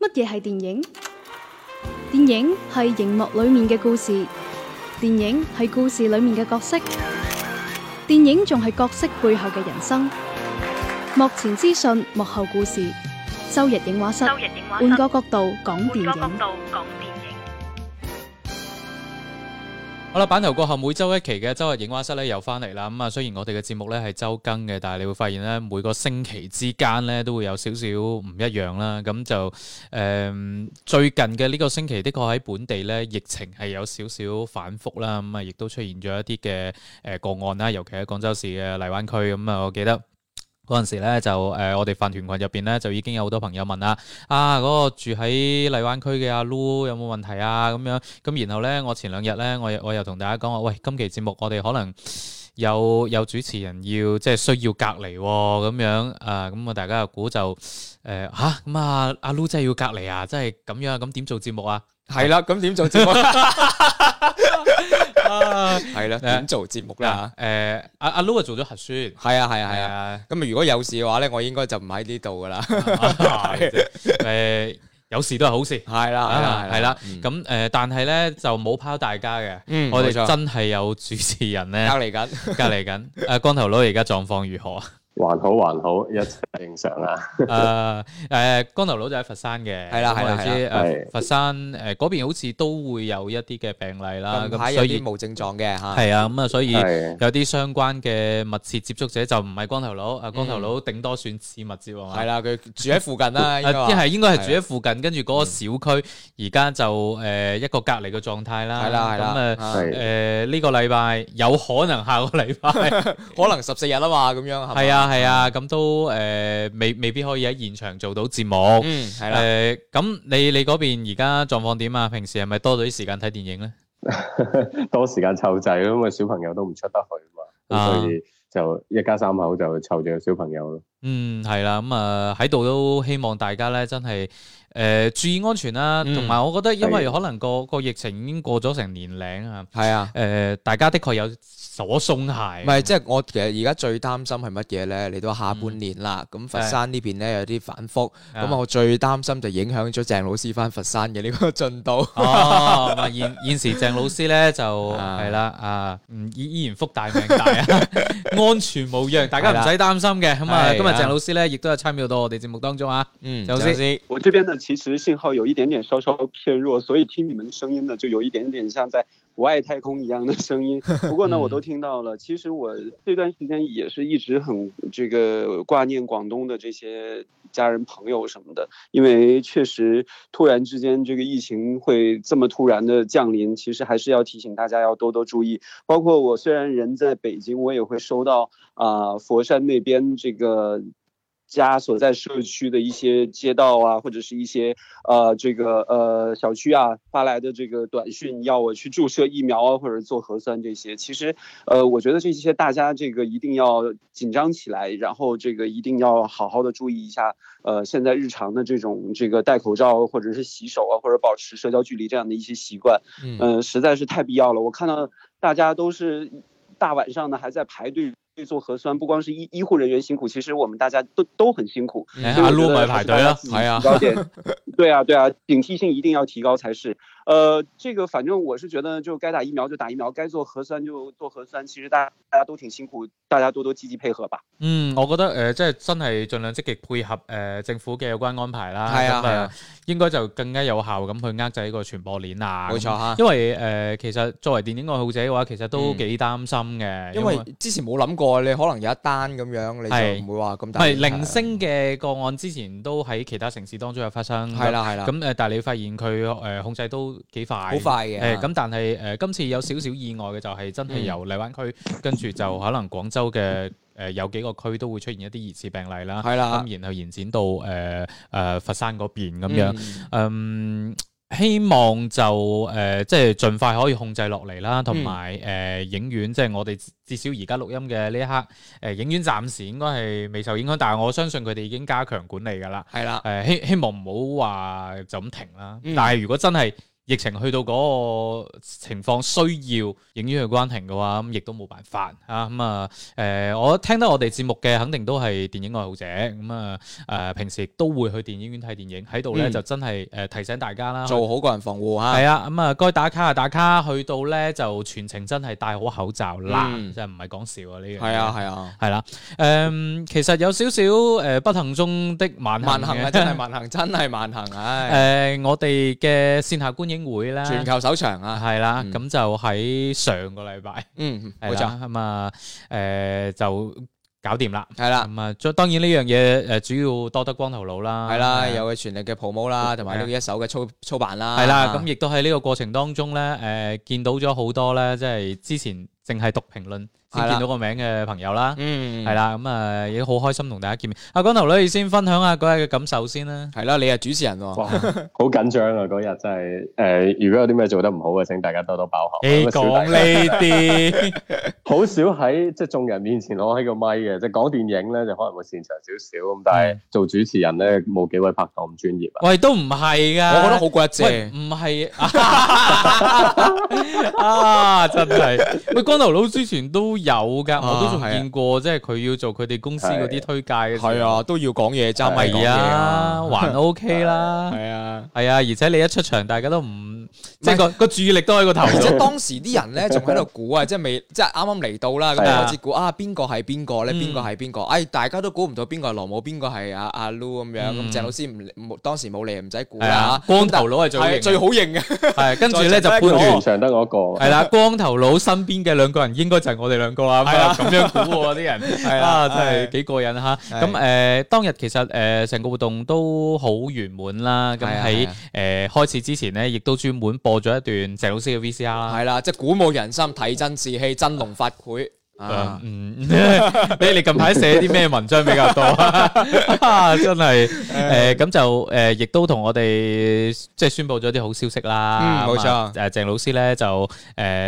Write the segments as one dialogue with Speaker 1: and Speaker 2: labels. Speaker 1: 乜嘢係電影？電影係熒幕裏面嘅故事，電影係故事裏面嘅角色，電影仲係角色背後嘅人生。幕前資訊，幕後故事。周日影畫室，
Speaker 2: 周日影畫室
Speaker 1: 換個角度講電
Speaker 2: 換個角
Speaker 1: 影。
Speaker 2: 度講電影。
Speaker 3: 好啦，版頭過後每周一期嘅周日影畫室咧又翻嚟啦。咁啊，雖然我哋嘅節目咧係周更嘅，但係你會發現咧每個星期之間咧都會有少少唔一樣啦。咁就誒、嗯最近嘅呢個星期，的確喺本地咧疫情係有少少反覆啦。咁啊，亦都出現咗一啲嘅誒個案啦，尤其喺廣州市嘅荔灣區。咁啊，我記得。嗰陣時咧就誒、呃我哋飯團群入邊咧就已經有好多朋友問啦，啊嗰、個住喺荔灣區嘅阿 Lu 有冇問題啊咁樣，咁然後咧我前兩日咧我又我又同大家講話，喂今期節目我哋可能有有主持人要即係需要隔離喎、咁樣啊，咁啊大家又估就誒嚇咁啊阿 Lu 真係要隔離啊，真係咁樣咁點做節目啊？
Speaker 4: 系啦，咁點做節目？
Speaker 3: 啊
Speaker 4: 係啦，點做節目啦？
Speaker 3: 誒阿阿 Lu 啊做咗核酸，
Speaker 4: 係啊，係啊，係
Speaker 3: 係
Speaker 4: 啊。
Speaker 3: 啊。
Speaker 4: 咁如果有事嘅話咧，我應該就唔喺呢度 噶啦。係
Speaker 3: 啊 誒有事都係好事。
Speaker 4: 啦，
Speaker 3: 啊
Speaker 4: 係
Speaker 3: 係啦
Speaker 4: 啦，嗯
Speaker 3: 咁誒、呃但係咧就冇拋大家嘅，
Speaker 4: 嗯
Speaker 3: 我哋
Speaker 4: 冇錯呃
Speaker 3: 真係啊有主持人咧
Speaker 4: 隔 離緊。
Speaker 3: 隔離緊。誒、光頭佬而家狀況如何啊？
Speaker 5: 還好還好，一切正常 啊。
Speaker 3: 誒誒、光頭佬就喺佛山嘅，
Speaker 4: 係啦
Speaker 3: 咁我哋
Speaker 4: 係啦
Speaker 3: 知
Speaker 4: 係
Speaker 5: 啦
Speaker 3: 誒佛山誒嗰邊好似都會有一啲嘅病例啦，
Speaker 4: 呃近排
Speaker 3: 咁
Speaker 4: 有
Speaker 3: 所以
Speaker 4: 啲無症狀嘅嚇。
Speaker 3: 係啊，咁啊所以。
Speaker 5: 係
Speaker 3: 有啲相關嘅密切接觸者就唔係光頭佬，啊光頭佬頂多算次密接啊嘛
Speaker 4: 係。啦，佢住喺附近啦，應該
Speaker 3: 啊
Speaker 4: 話
Speaker 3: 一係應該係住
Speaker 4: 係
Speaker 3: 喺附近，跟住嗰個小區而家就誒一個隔離嘅狀態啦。
Speaker 4: 係啦，啊
Speaker 3: 啊
Speaker 4: 係
Speaker 3: 咁誒呃
Speaker 4: 啦。嚇
Speaker 5: 係
Speaker 3: 誒呢個禮拜有可能下個 禮拜
Speaker 4: 可能十四日啊嘛，咁樣係咪
Speaker 3: 係。啊係啊，咁都誒未未必可以喺現場做到節目。
Speaker 4: 嗯，係啦。
Speaker 3: 誒咁你你嗰邊而家狀況點啊？平時係咪多咗啲時間睇電影咧？
Speaker 5: 多時間湊仔咯，因啊為小朋友都唔出得去嘛，
Speaker 3: 啊
Speaker 5: 咁所以就一家三口就湊住個小朋友咯。
Speaker 3: 嗯，係啦，咁啊喺度都希望大家咧真係誒、呃注意安全啦，
Speaker 4: 嗯
Speaker 3: 同埋、我覺得因為
Speaker 5: 係
Speaker 3: 可能個個疫情已經過咗成年零啊，
Speaker 4: 係啊
Speaker 3: 誒、。大家的確有所鬆懈，
Speaker 4: 唔係，即係我其實而家最擔心係乜嘢咧？嚟到下半年啦，咁佛山呢邊咧有啲反覆，
Speaker 3: 啊
Speaker 4: 咁我最擔心就影響咗鄭老師翻佛山嘅呢個進度。
Speaker 3: 哦，咁啊現現時鄭老師咧就
Speaker 4: 啊
Speaker 3: 係啦啊，嗯依依然福大命大啊， 安全無恙，大家唔使擔心嘅。咁啊，
Speaker 4: 係
Speaker 3: 今日
Speaker 4: 啊
Speaker 3: 鄭老師咧亦都有參與到我哋節目當中啊。
Speaker 4: 嗯，
Speaker 3: 鄭老
Speaker 4: 鄭老
Speaker 3: 師，
Speaker 6: 我这边呢，其实信号有一点点稍稍偏弱，所以听你们的声音呢，就有一点点像在国外太空一样的声音。不过呢，
Speaker 3: 嗯
Speaker 6: 我都听到了。其实我这段时间也是一直很这个挂念广东的这些家人朋友什么的，因为确实突然之间这个疫情会这么突然的降临，其实还是要提醒大家要多多注意。包括我虽然人在北京，我也会收到啊、佛山那边这个家所在社区的一些街道啊，或者是一些呃这个呃小区啊发来的这个短讯，要我去注射疫苗啊，或者做核酸这些。其实呃，我觉得这些大家这个一定要紧张起来，然后这个一定要好好的注意一下。呃，现在日常的这种这个戴口罩或者是洗手啊，或者保持社交距离这样的一些习惯，
Speaker 4: 嗯
Speaker 6: 嗯，实在是太必要了。我看到大家都是大晚上的还在排队做核酸，不光是医医护人员辛苦，其实我们大家都都很辛苦。
Speaker 4: 嗯
Speaker 3: 誒
Speaker 6: 所以
Speaker 3: 阿
Speaker 6: 我觉
Speaker 3: Lu
Speaker 6: 得
Speaker 3: 咪
Speaker 6: 还
Speaker 3: 排
Speaker 6: 是
Speaker 3: 隊
Speaker 6: 大家
Speaker 3: 啦。
Speaker 6: 自己
Speaker 4: 係啊
Speaker 6: 提高点，对啊，对啊，警惕性一定要提高才是。呃，这个反正我是觉得，就该打疫苗就打疫苗，该做核酸就做核酸。其实大大家都挺辛苦，大家多多积极配合吧。
Speaker 3: 嗯，我覺得誒、呃即係真係盡量積極配合誒、呃政府嘅有關安排啦。
Speaker 4: 係啊
Speaker 3: 咁呃
Speaker 4: 係啊，
Speaker 3: 應該就更加有效咁去扼制呢個傳播鏈啊。
Speaker 4: 冇錯
Speaker 3: 咁
Speaker 4: 嚇嗯
Speaker 3: 因為誒、呃其實作為電影愛好者嘅話，其實都幾擔心嘅，
Speaker 4: 因為之前冇諗過，你可能有一單咁樣，你
Speaker 3: 係
Speaker 4: 就唔會話咁
Speaker 3: 唔
Speaker 4: 大啊
Speaker 3: 係
Speaker 4: 影響。
Speaker 3: 零星嘅個案之前都喺其他城市當中有發生。
Speaker 4: 係啦係啦，
Speaker 3: 咁誒，但係你發現佢誒控制都幾快，好
Speaker 4: 好快嘅嗯
Speaker 3: 誒咁，但係誒今次有少少意外嘅就係真係由荔灣區跟住就可能廣州嘅誒有幾個區都會出現一啲疑似病例啦。
Speaker 4: 係啦，
Speaker 3: 咁然後延展到誒誒佛山嗰邊咁樣，
Speaker 4: 嗯
Speaker 3: 嗯。希望就誒、呃即係盡快可以控制落嚟啦，
Speaker 4: 嗯
Speaker 3: 同埋誒影院，即係我哋至少而家錄音嘅呢一刻，誒、影院暫時應該係未受影響，但係我相信佢哋已經加強管理㗎啦。
Speaker 4: 係啦
Speaker 3: 誒、希希望唔好話就咁停啦。
Speaker 4: 嗯
Speaker 3: 但係如果真係疫情去到嗰個情況需要影響佢關停嘅話，咁亦都冇辦法啊。咁啊，誒、我聽得我哋節目嘅肯定都係電影愛好者，咁啊誒，平時亦都會去電影院睇電影，喺度咧
Speaker 4: 嗯
Speaker 3: 就真係誒、提醒大家啦，
Speaker 4: 做好個人防護
Speaker 3: 系
Speaker 4: 嚇。
Speaker 3: 啊，咁啊，該打卡啊打卡，去到咧就全程真係戴好口罩啦，
Speaker 4: 嗯
Speaker 3: 真係唔係講笑啊呢樣。
Speaker 4: 係啊，，係啊，
Speaker 3: 係啦，诶、其實有少少诶不幸中的萬幸
Speaker 4: 萬幸啊，
Speaker 3: 嘅，
Speaker 4: 真係萬幸，真係萬幸，唉，
Speaker 3: 诶、我哋嘅線下觀影會啦，
Speaker 4: 全球首場啊，
Speaker 3: 係啦，
Speaker 4: 嗯
Speaker 3: 咁、就喺上個禮拜
Speaker 4: 嗯，
Speaker 3: 係
Speaker 4: 冇錯，
Speaker 3: 啦，咁啊诶就搞掂啦。
Speaker 4: 係啦。
Speaker 3: 咁啊，再當然呢樣嘢诶，主要多得光頭佬啦，
Speaker 4: 系
Speaker 3: 係
Speaker 4: 啦，
Speaker 3: 啊
Speaker 4: 有嘅全力嘅 promo 啦，同埋呢個一手嘅操操辦啦，
Speaker 3: 系啦，咁亦都喺呢個過程當中咧，诶、見到咗好多咧，即係之前淨係讀評論
Speaker 4: 係
Speaker 3: 先
Speaker 4: 啦
Speaker 3: 見到個名嘅朋友啦，
Speaker 4: 嗯
Speaker 3: 係啦，咁啊亦都好開心同大家見面。阿光頭女先分享下嗰日嘅感受先啦。
Speaker 4: 系啦，你係主持
Speaker 3: 哦
Speaker 4: 人喎，
Speaker 5: 哇， 好緊張啊！嗰日真係誒、如果有啲咩做得唔好嘅，請大家多多包涵。
Speaker 3: 你
Speaker 5: 咁啊小弟
Speaker 3: 講呢啲，
Speaker 5: 好少喺即係眾人面前攞起個咪嘅，即係講電影咧就可能會擅長少少咁，但
Speaker 3: 嗯
Speaker 5: 係做主持人咧冇幾位拍檔咁專業啊。
Speaker 3: 喂都唔係噶，
Speaker 4: 我覺得好骨
Speaker 3: 喂
Speaker 4: 謝，
Speaker 3: 唔係 啊，真係喂光頭佬之前都有噶，我都仲
Speaker 4: 啊係啊
Speaker 3: 見過，即係佢要做佢哋公司嗰啲推介嘅時候，
Speaker 4: 係啊，都要講嘢
Speaker 3: 啊，
Speaker 4: 揸咪講
Speaker 3: 咪
Speaker 4: 嘢
Speaker 3: 啊，
Speaker 4: 啊，
Speaker 3: 還 OK 啦。
Speaker 4: 係啊，
Speaker 3: 系啊，而且你一出場，大家都唔即係個个注意力都喺個頭
Speaker 4: 即係
Speaker 3: 度。
Speaker 4: 當時啲人咧仲喺度估啊，即 係未，即係啱啱嚟到啦，咁
Speaker 5: 係
Speaker 3: 啊
Speaker 4: 就開始估啊邊個係邊個咧，
Speaker 3: 嗯
Speaker 4: 邊個係邊個，哎大家都估唔到邊個係羅姆，邊個係阿阿 Lu 咁樣，
Speaker 3: 嗯
Speaker 4: 咁鄭老師唔冇當時冇嚟，唔使估
Speaker 3: 係啊
Speaker 4: 啦，，
Speaker 3: 光頭佬係最
Speaker 4: 係啊最
Speaker 3: 好啊
Speaker 4: 好型嘅，
Speaker 3: 型嘅，系跟住咧就判
Speaker 4: 再整
Speaker 5: 全
Speaker 3: 斷
Speaker 5: 場得我一個，
Speaker 3: 係啦，光頭佬身邊嘅兩個人應該就係我哋兩個啦。咁啊咁樣估喎啲人，
Speaker 4: 係
Speaker 3: 啊
Speaker 4: 啊
Speaker 3: 真係
Speaker 4: 係
Speaker 3: 幾過癮吓。
Speaker 4: 係
Speaker 3: 咁诶，当日其實诶成個活動都好圓滿啦。咁
Speaker 4: 係
Speaker 3: 喺
Speaker 4: 啊係啊
Speaker 3: 诶開始之前咧，亦都專門播咗一段鄭老師嘅 VCR 啦。
Speaker 4: 係啦，即係鼓舞人心，提振士氣，振龍發聵啊
Speaker 3: 啊，嗯， 你哋近排寫啲咩文章比較多 啊？真係誒咁就誒，亦都同我哋即係宣布咗啲好消息啦。
Speaker 4: 嗯冇錯
Speaker 3: 咁啊誒鄭老師咧就誒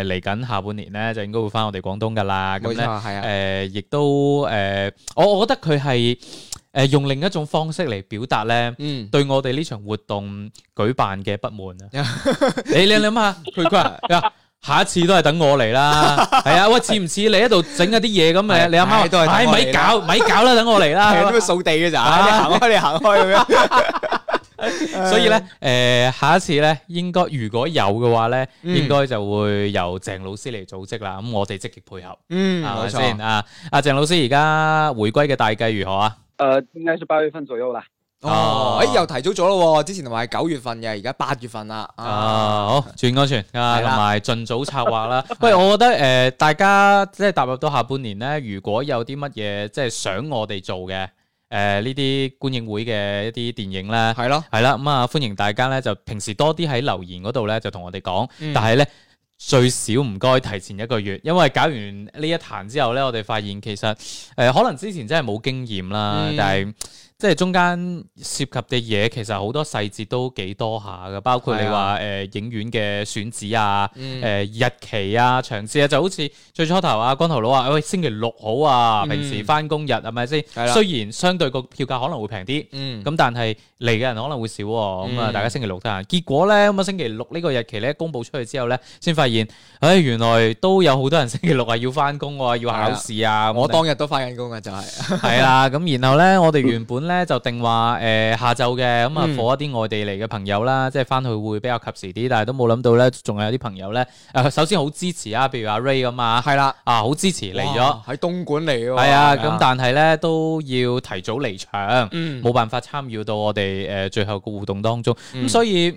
Speaker 3: 嚟緊下半年咧就應該會翻我哋廣東噶啦。咁
Speaker 4: 冇
Speaker 3: 咧
Speaker 4: 錯，係啊。
Speaker 3: 嗯誒，亦都誒，我我覺得佢係誒用另一種方式嚟表達咧。
Speaker 4: 嗯，
Speaker 3: 對我哋呢場活動舉辦嘅不滿 啊！你你諗下，佢佢話佢話下一次都係等我嚟啦，係啊，喂，似唔似你喺度整一啲嘢咁嘅？
Speaker 4: 係
Speaker 3: 你阿媽
Speaker 4: 唉都
Speaker 3: 話
Speaker 4: 係等
Speaker 3: 唉，
Speaker 4: 我
Speaker 3: 咪
Speaker 4: 嚟啦
Speaker 3: 搞咪搞啦，等我 嚟
Speaker 4: 係啊，都
Speaker 3: 啦。
Speaker 4: 掃地嘅咋，
Speaker 3: 啊
Speaker 4: 你行開，你行開咁樣。
Speaker 3: 所以咧，誒，下一次咧，應該如果有嘅話咧，
Speaker 4: 嗯
Speaker 3: 應該就會由鄭老師嚟組織啦。咁我哋積極配合，
Speaker 4: 嗯
Speaker 3: 係咪先啊？阿鄭老師而家回歸嘅大計如何啊？
Speaker 6: 呃，應該是八月份左右啦。
Speaker 4: 哦，
Speaker 3: 啊
Speaker 4: 誒又提早咗咯喎，之前同埋九月份嘅，而家八月份啦。
Speaker 3: 啊，好，注意安全啊，
Speaker 4: 係
Speaker 3: 同
Speaker 4: 啦
Speaker 3: 埋盡早策劃 啦。喂，我覺得诶、呃大家即係踏入到下半年咧，如果有啲乜嘢即係想我哋做嘅，诶呢啲觀影會嘅一啲電影咧，
Speaker 4: 係咯，
Speaker 3: 係啦，咁啊歡迎大家咧就平時多啲喺留言嗰度咧就同我哋講，
Speaker 4: 嗯
Speaker 3: 但係咧。最少唔該提前一個月，因為搞完呢一壇之後咧，我哋發現其實誒、呃可能之前真係冇經驗啦，
Speaker 4: 嗯
Speaker 3: 但係即係中間涉及嘅嘢其實好多細節都幾多下嘅，包括你
Speaker 4: 係
Speaker 3: 話
Speaker 4: 啊
Speaker 3: 誒、呃影院嘅選址啊。誒、
Speaker 4: 嗯，
Speaker 3: 日期啊、場次啊，就好似最初頭啊，光頭佬話：，喂，星期六好啊，
Speaker 4: 嗯
Speaker 3: 平時翻工日係咪先？
Speaker 4: 係啦
Speaker 3: 雖然相對個票價可能會平啲，
Speaker 4: 嗯，
Speaker 3: 咁但係嚟嘅人可能會少喎，咁啊
Speaker 4: 嗯
Speaker 3: 大家星期六得閒。結果咧咁啊星期六呢個日期咧公佈出去之後咧，先發現，唉原來都有好多人星期六啊要翻工喎，要考試啊。
Speaker 4: 我
Speaker 3: 咁
Speaker 4: 當日都翻緊工嘅就係，
Speaker 3: 係啦，咁然後咧我哋原本咧就定話誒下晝嘅，咁啊
Speaker 4: 嗯
Speaker 3: 火一啲外地嚟嘅朋友啦，即係翻去會比較及時啲，但係都冇諗到咧，仲有啲朋友咧誒首先好支持啊，譬如阿 Ray 咁啊，
Speaker 4: 係啦，
Speaker 3: 啊好支持嚟咗
Speaker 4: 哇，喺東莞嚟嘅喎。
Speaker 3: 係啊，咁但係咧都要提早離場。
Speaker 4: 嗯
Speaker 3: 冇辦法參與到我哋誒、呃最後個互動當中，咁、
Speaker 4: 嗯
Speaker 3: 所以誒、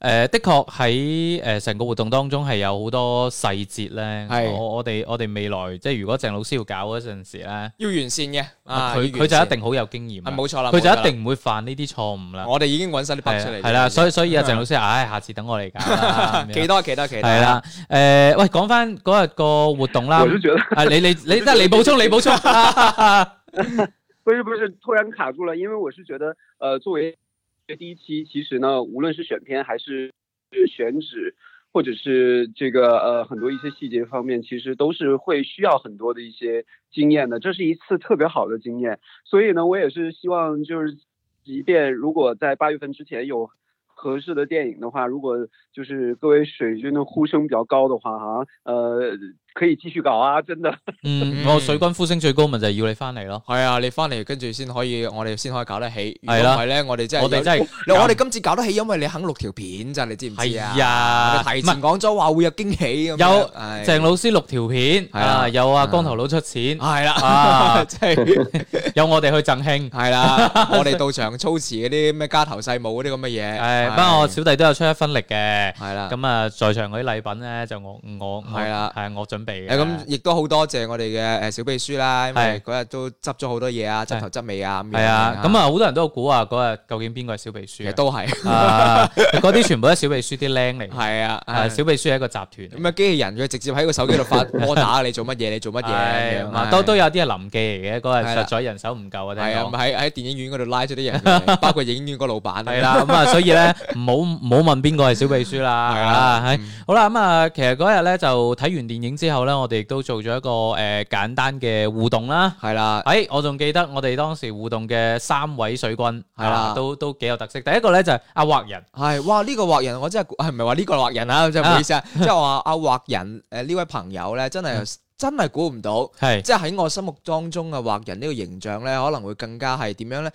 Speaker 3: 呃的確喺誒成個活動當中係有好多細節咧。
Speaker 4: 係
Speaker 3: 我我哋我哋未來即係如果鄭老師要搞嗰陣時咧，
Speaker 4: 要完善嘅，啊
Speaker 3: 佢佢就一定好有經驗
Speaker 4: 係
Speaker 3: 啦，
Speaker 4: 啊冇錯啦，
Speaker 3: 佢就
Speaker 4: 冇錯啦
Speaker 3: 一，定唔會犯呢啲錯誤啦。
Speaker 4: 我哋已經揾晒啲筆出
Speaker 3: 係
Speaker 4: 嚟。
Speaker 3: 係啦，所以所以啊，鄭老師，唉，下次等我嚟搞啦。 咁樣
Speaker 4: 嗯期待期待期待。
Speaker 3: 係，啦，誒、喂，講翻嗰日個活動啦
Speaker 6: 我。是觉得
Speaker 3: 啊，你你你得你補充，你補 充。
Speaker 6: 不是不是突然卡住了，因为我是觉得呃，作为第一期，其实呢，无论是选片还是选址。或者是这个呃很多一些细节方面，其实都是会需要很多的一些经验的。这是一次特别好的经验，所以呢，我也是希望就是，即便如果在八月份之前有合适的电影的话，如果就是各位水军的呼声比较高的话，哈、呃，可以继续搞啊，真的。
Speaker 3: 嗯，我水軍呼聲最高咪就係要你翻嚟咯。
Speaker 4: 系啊，你翻嚟跟住先可以，我哋先可以搞得起。
Speaker 3: 係啦
Speaker 4: 唔系咧，我哋真係
Speaker 3: 我哋
Speaker 4: 有
Speaker 3: 真係
Speaker 4: 嗱我哋今次搞得起，因為你肯錄條片咋，你知唔知啊？
Speaker 3: 係啊
Speaker 4: 我哋提前講咗話會有驚喜咁樣。
Speaker 3: 有
Speaker 4: 唉
Speaker 3: 鄭老師錄條片，
Speaker 4: 係啊
Speaker 3: 啊，有啊光頭佬出錢，
Speaker 4: 係 啦，
Speaker 3: 啊
Speaker 4: 即係
Speaker 3: 有我哋去贈慶。
Speaker 4: 係啦，我哋到場操持嗰啲咩家頭細務嗰啲咁嘅嘢。
Speaker 3: 誒，不過我小弟都有出一分力嘅。
Speaker 4: 係啦。
Speaker 3: 咁啊，在場嗰啲禮品咧，就我我
Speaker 4: 係啦
Speaker 3: 系我準備嘅。
Speaker 4: 誒咁亦都好多謝我哋嘅誒小秘書啦，因為
Speaker 3: 係
Speaker 4: 嗰日都執咗好多嘢啊，執頭執尾啊咁樣。
Speaker 3: 係啊，咁啊，好多人都有估啊，嗰日究竟邊個係小秘
Speaker 4: 其實
Speaker 3: 書
Speaker 4: 都係
Speaker 3: 啊？啊，嗰啲全部都係小秘書啲僆嚟嘅。
Speaker 4: 係啊，
Speaker 3: 啊，
Speaker 4: 唉
Speaker 3: 小秘書係一個集團嚟嘅。
Speaker 4: 咁啊機器人佢直接喺個手機 度發波打你做乜嘢，你做乜嘢
Speaker 3: 係
Speaker 4: 咁樣
Speaker 3: 嘛
Speaker 4: 唉
Speaker 3: 都都有啲係臨記嚟嘅，嗰日
Speaker 4: 係啦
Speaker 3: 實在人手唔夠啊，聽
Speaker 4: 係啊，
Speaker 3: 講
Speaker 4: 咪。喺喺電影院嗰度拉咗 啲人過嚟，包括影院個老闆。
Speaker 3: 係 啦，咁啊，所以咧，唔好唔好問邊個係小秘書啦，
Speaker 4: 係嗯
Speaker 3: 啊
Speaker 4: 啦
Speaker 3: 係，好啦，咁啊，其實嗰日咧就睇完電影之後咧，我哋亦都做咗一個誒簡單嘅互動啦。
Speaker 4: 係啦，
Speaker 3: 誒，我仲記得我哋當時互動嘅三位水軍
Speaker 4: 係啦
Speaker 3: 啊都都幾有特色。第一個咧就係阿畫人，
Speaker 4: 係哇！呢個畫人我真 係係唔係話呢個畫人啊？真係唔好 意思啊，即係話阿畫人誒呢位朋友咧，真
Speaker 3: 嗯
Speaker 4: 係真係估唔到。
Speaker 3: 係
Speaker 4: 即係喺我心目當中嘅畫人呢個形象咧，可能會更加係點樣咧？誒、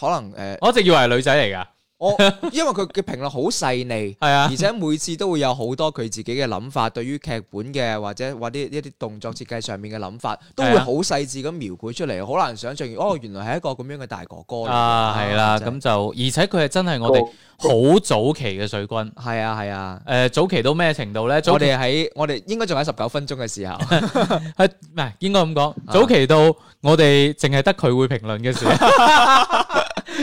Speaker 4: 可能誒、
Speaker 3: 我一直以為係女仔嚟㗎，
Speaker 4: 我因為佢嘅評論好細膩，
Speaker 3: 係啊
Speaker 4: 而，且每次都會有好多佢自己嘅諗法，對於劇本嘅或者或者一啲動作設計上面嘅諗法，都會
Speaker 3: 係啊
Speaker 4: 好細緻咁描繪出嚟，好難想象。哦，原來係一個咁樣嘅大哥哥嚟㗎
Speaker 3: 啊係啦，
Speaker 4: 真係
Speaker 3: 咁就而且佢係真係我哋好早期嘅水軍。
Speaker 4: 係啊係啊。
Speaker 3: 誒早期到咩程度咧？早
Speaker 4: 我
Speaker 3: 期
Speaker 4: 哋喺我哋應該仲喺十九分鐘嘅時候，
Speaker 3: 係唔係應該咁講？早期到我哋淨係得佢會評論嘅 時候，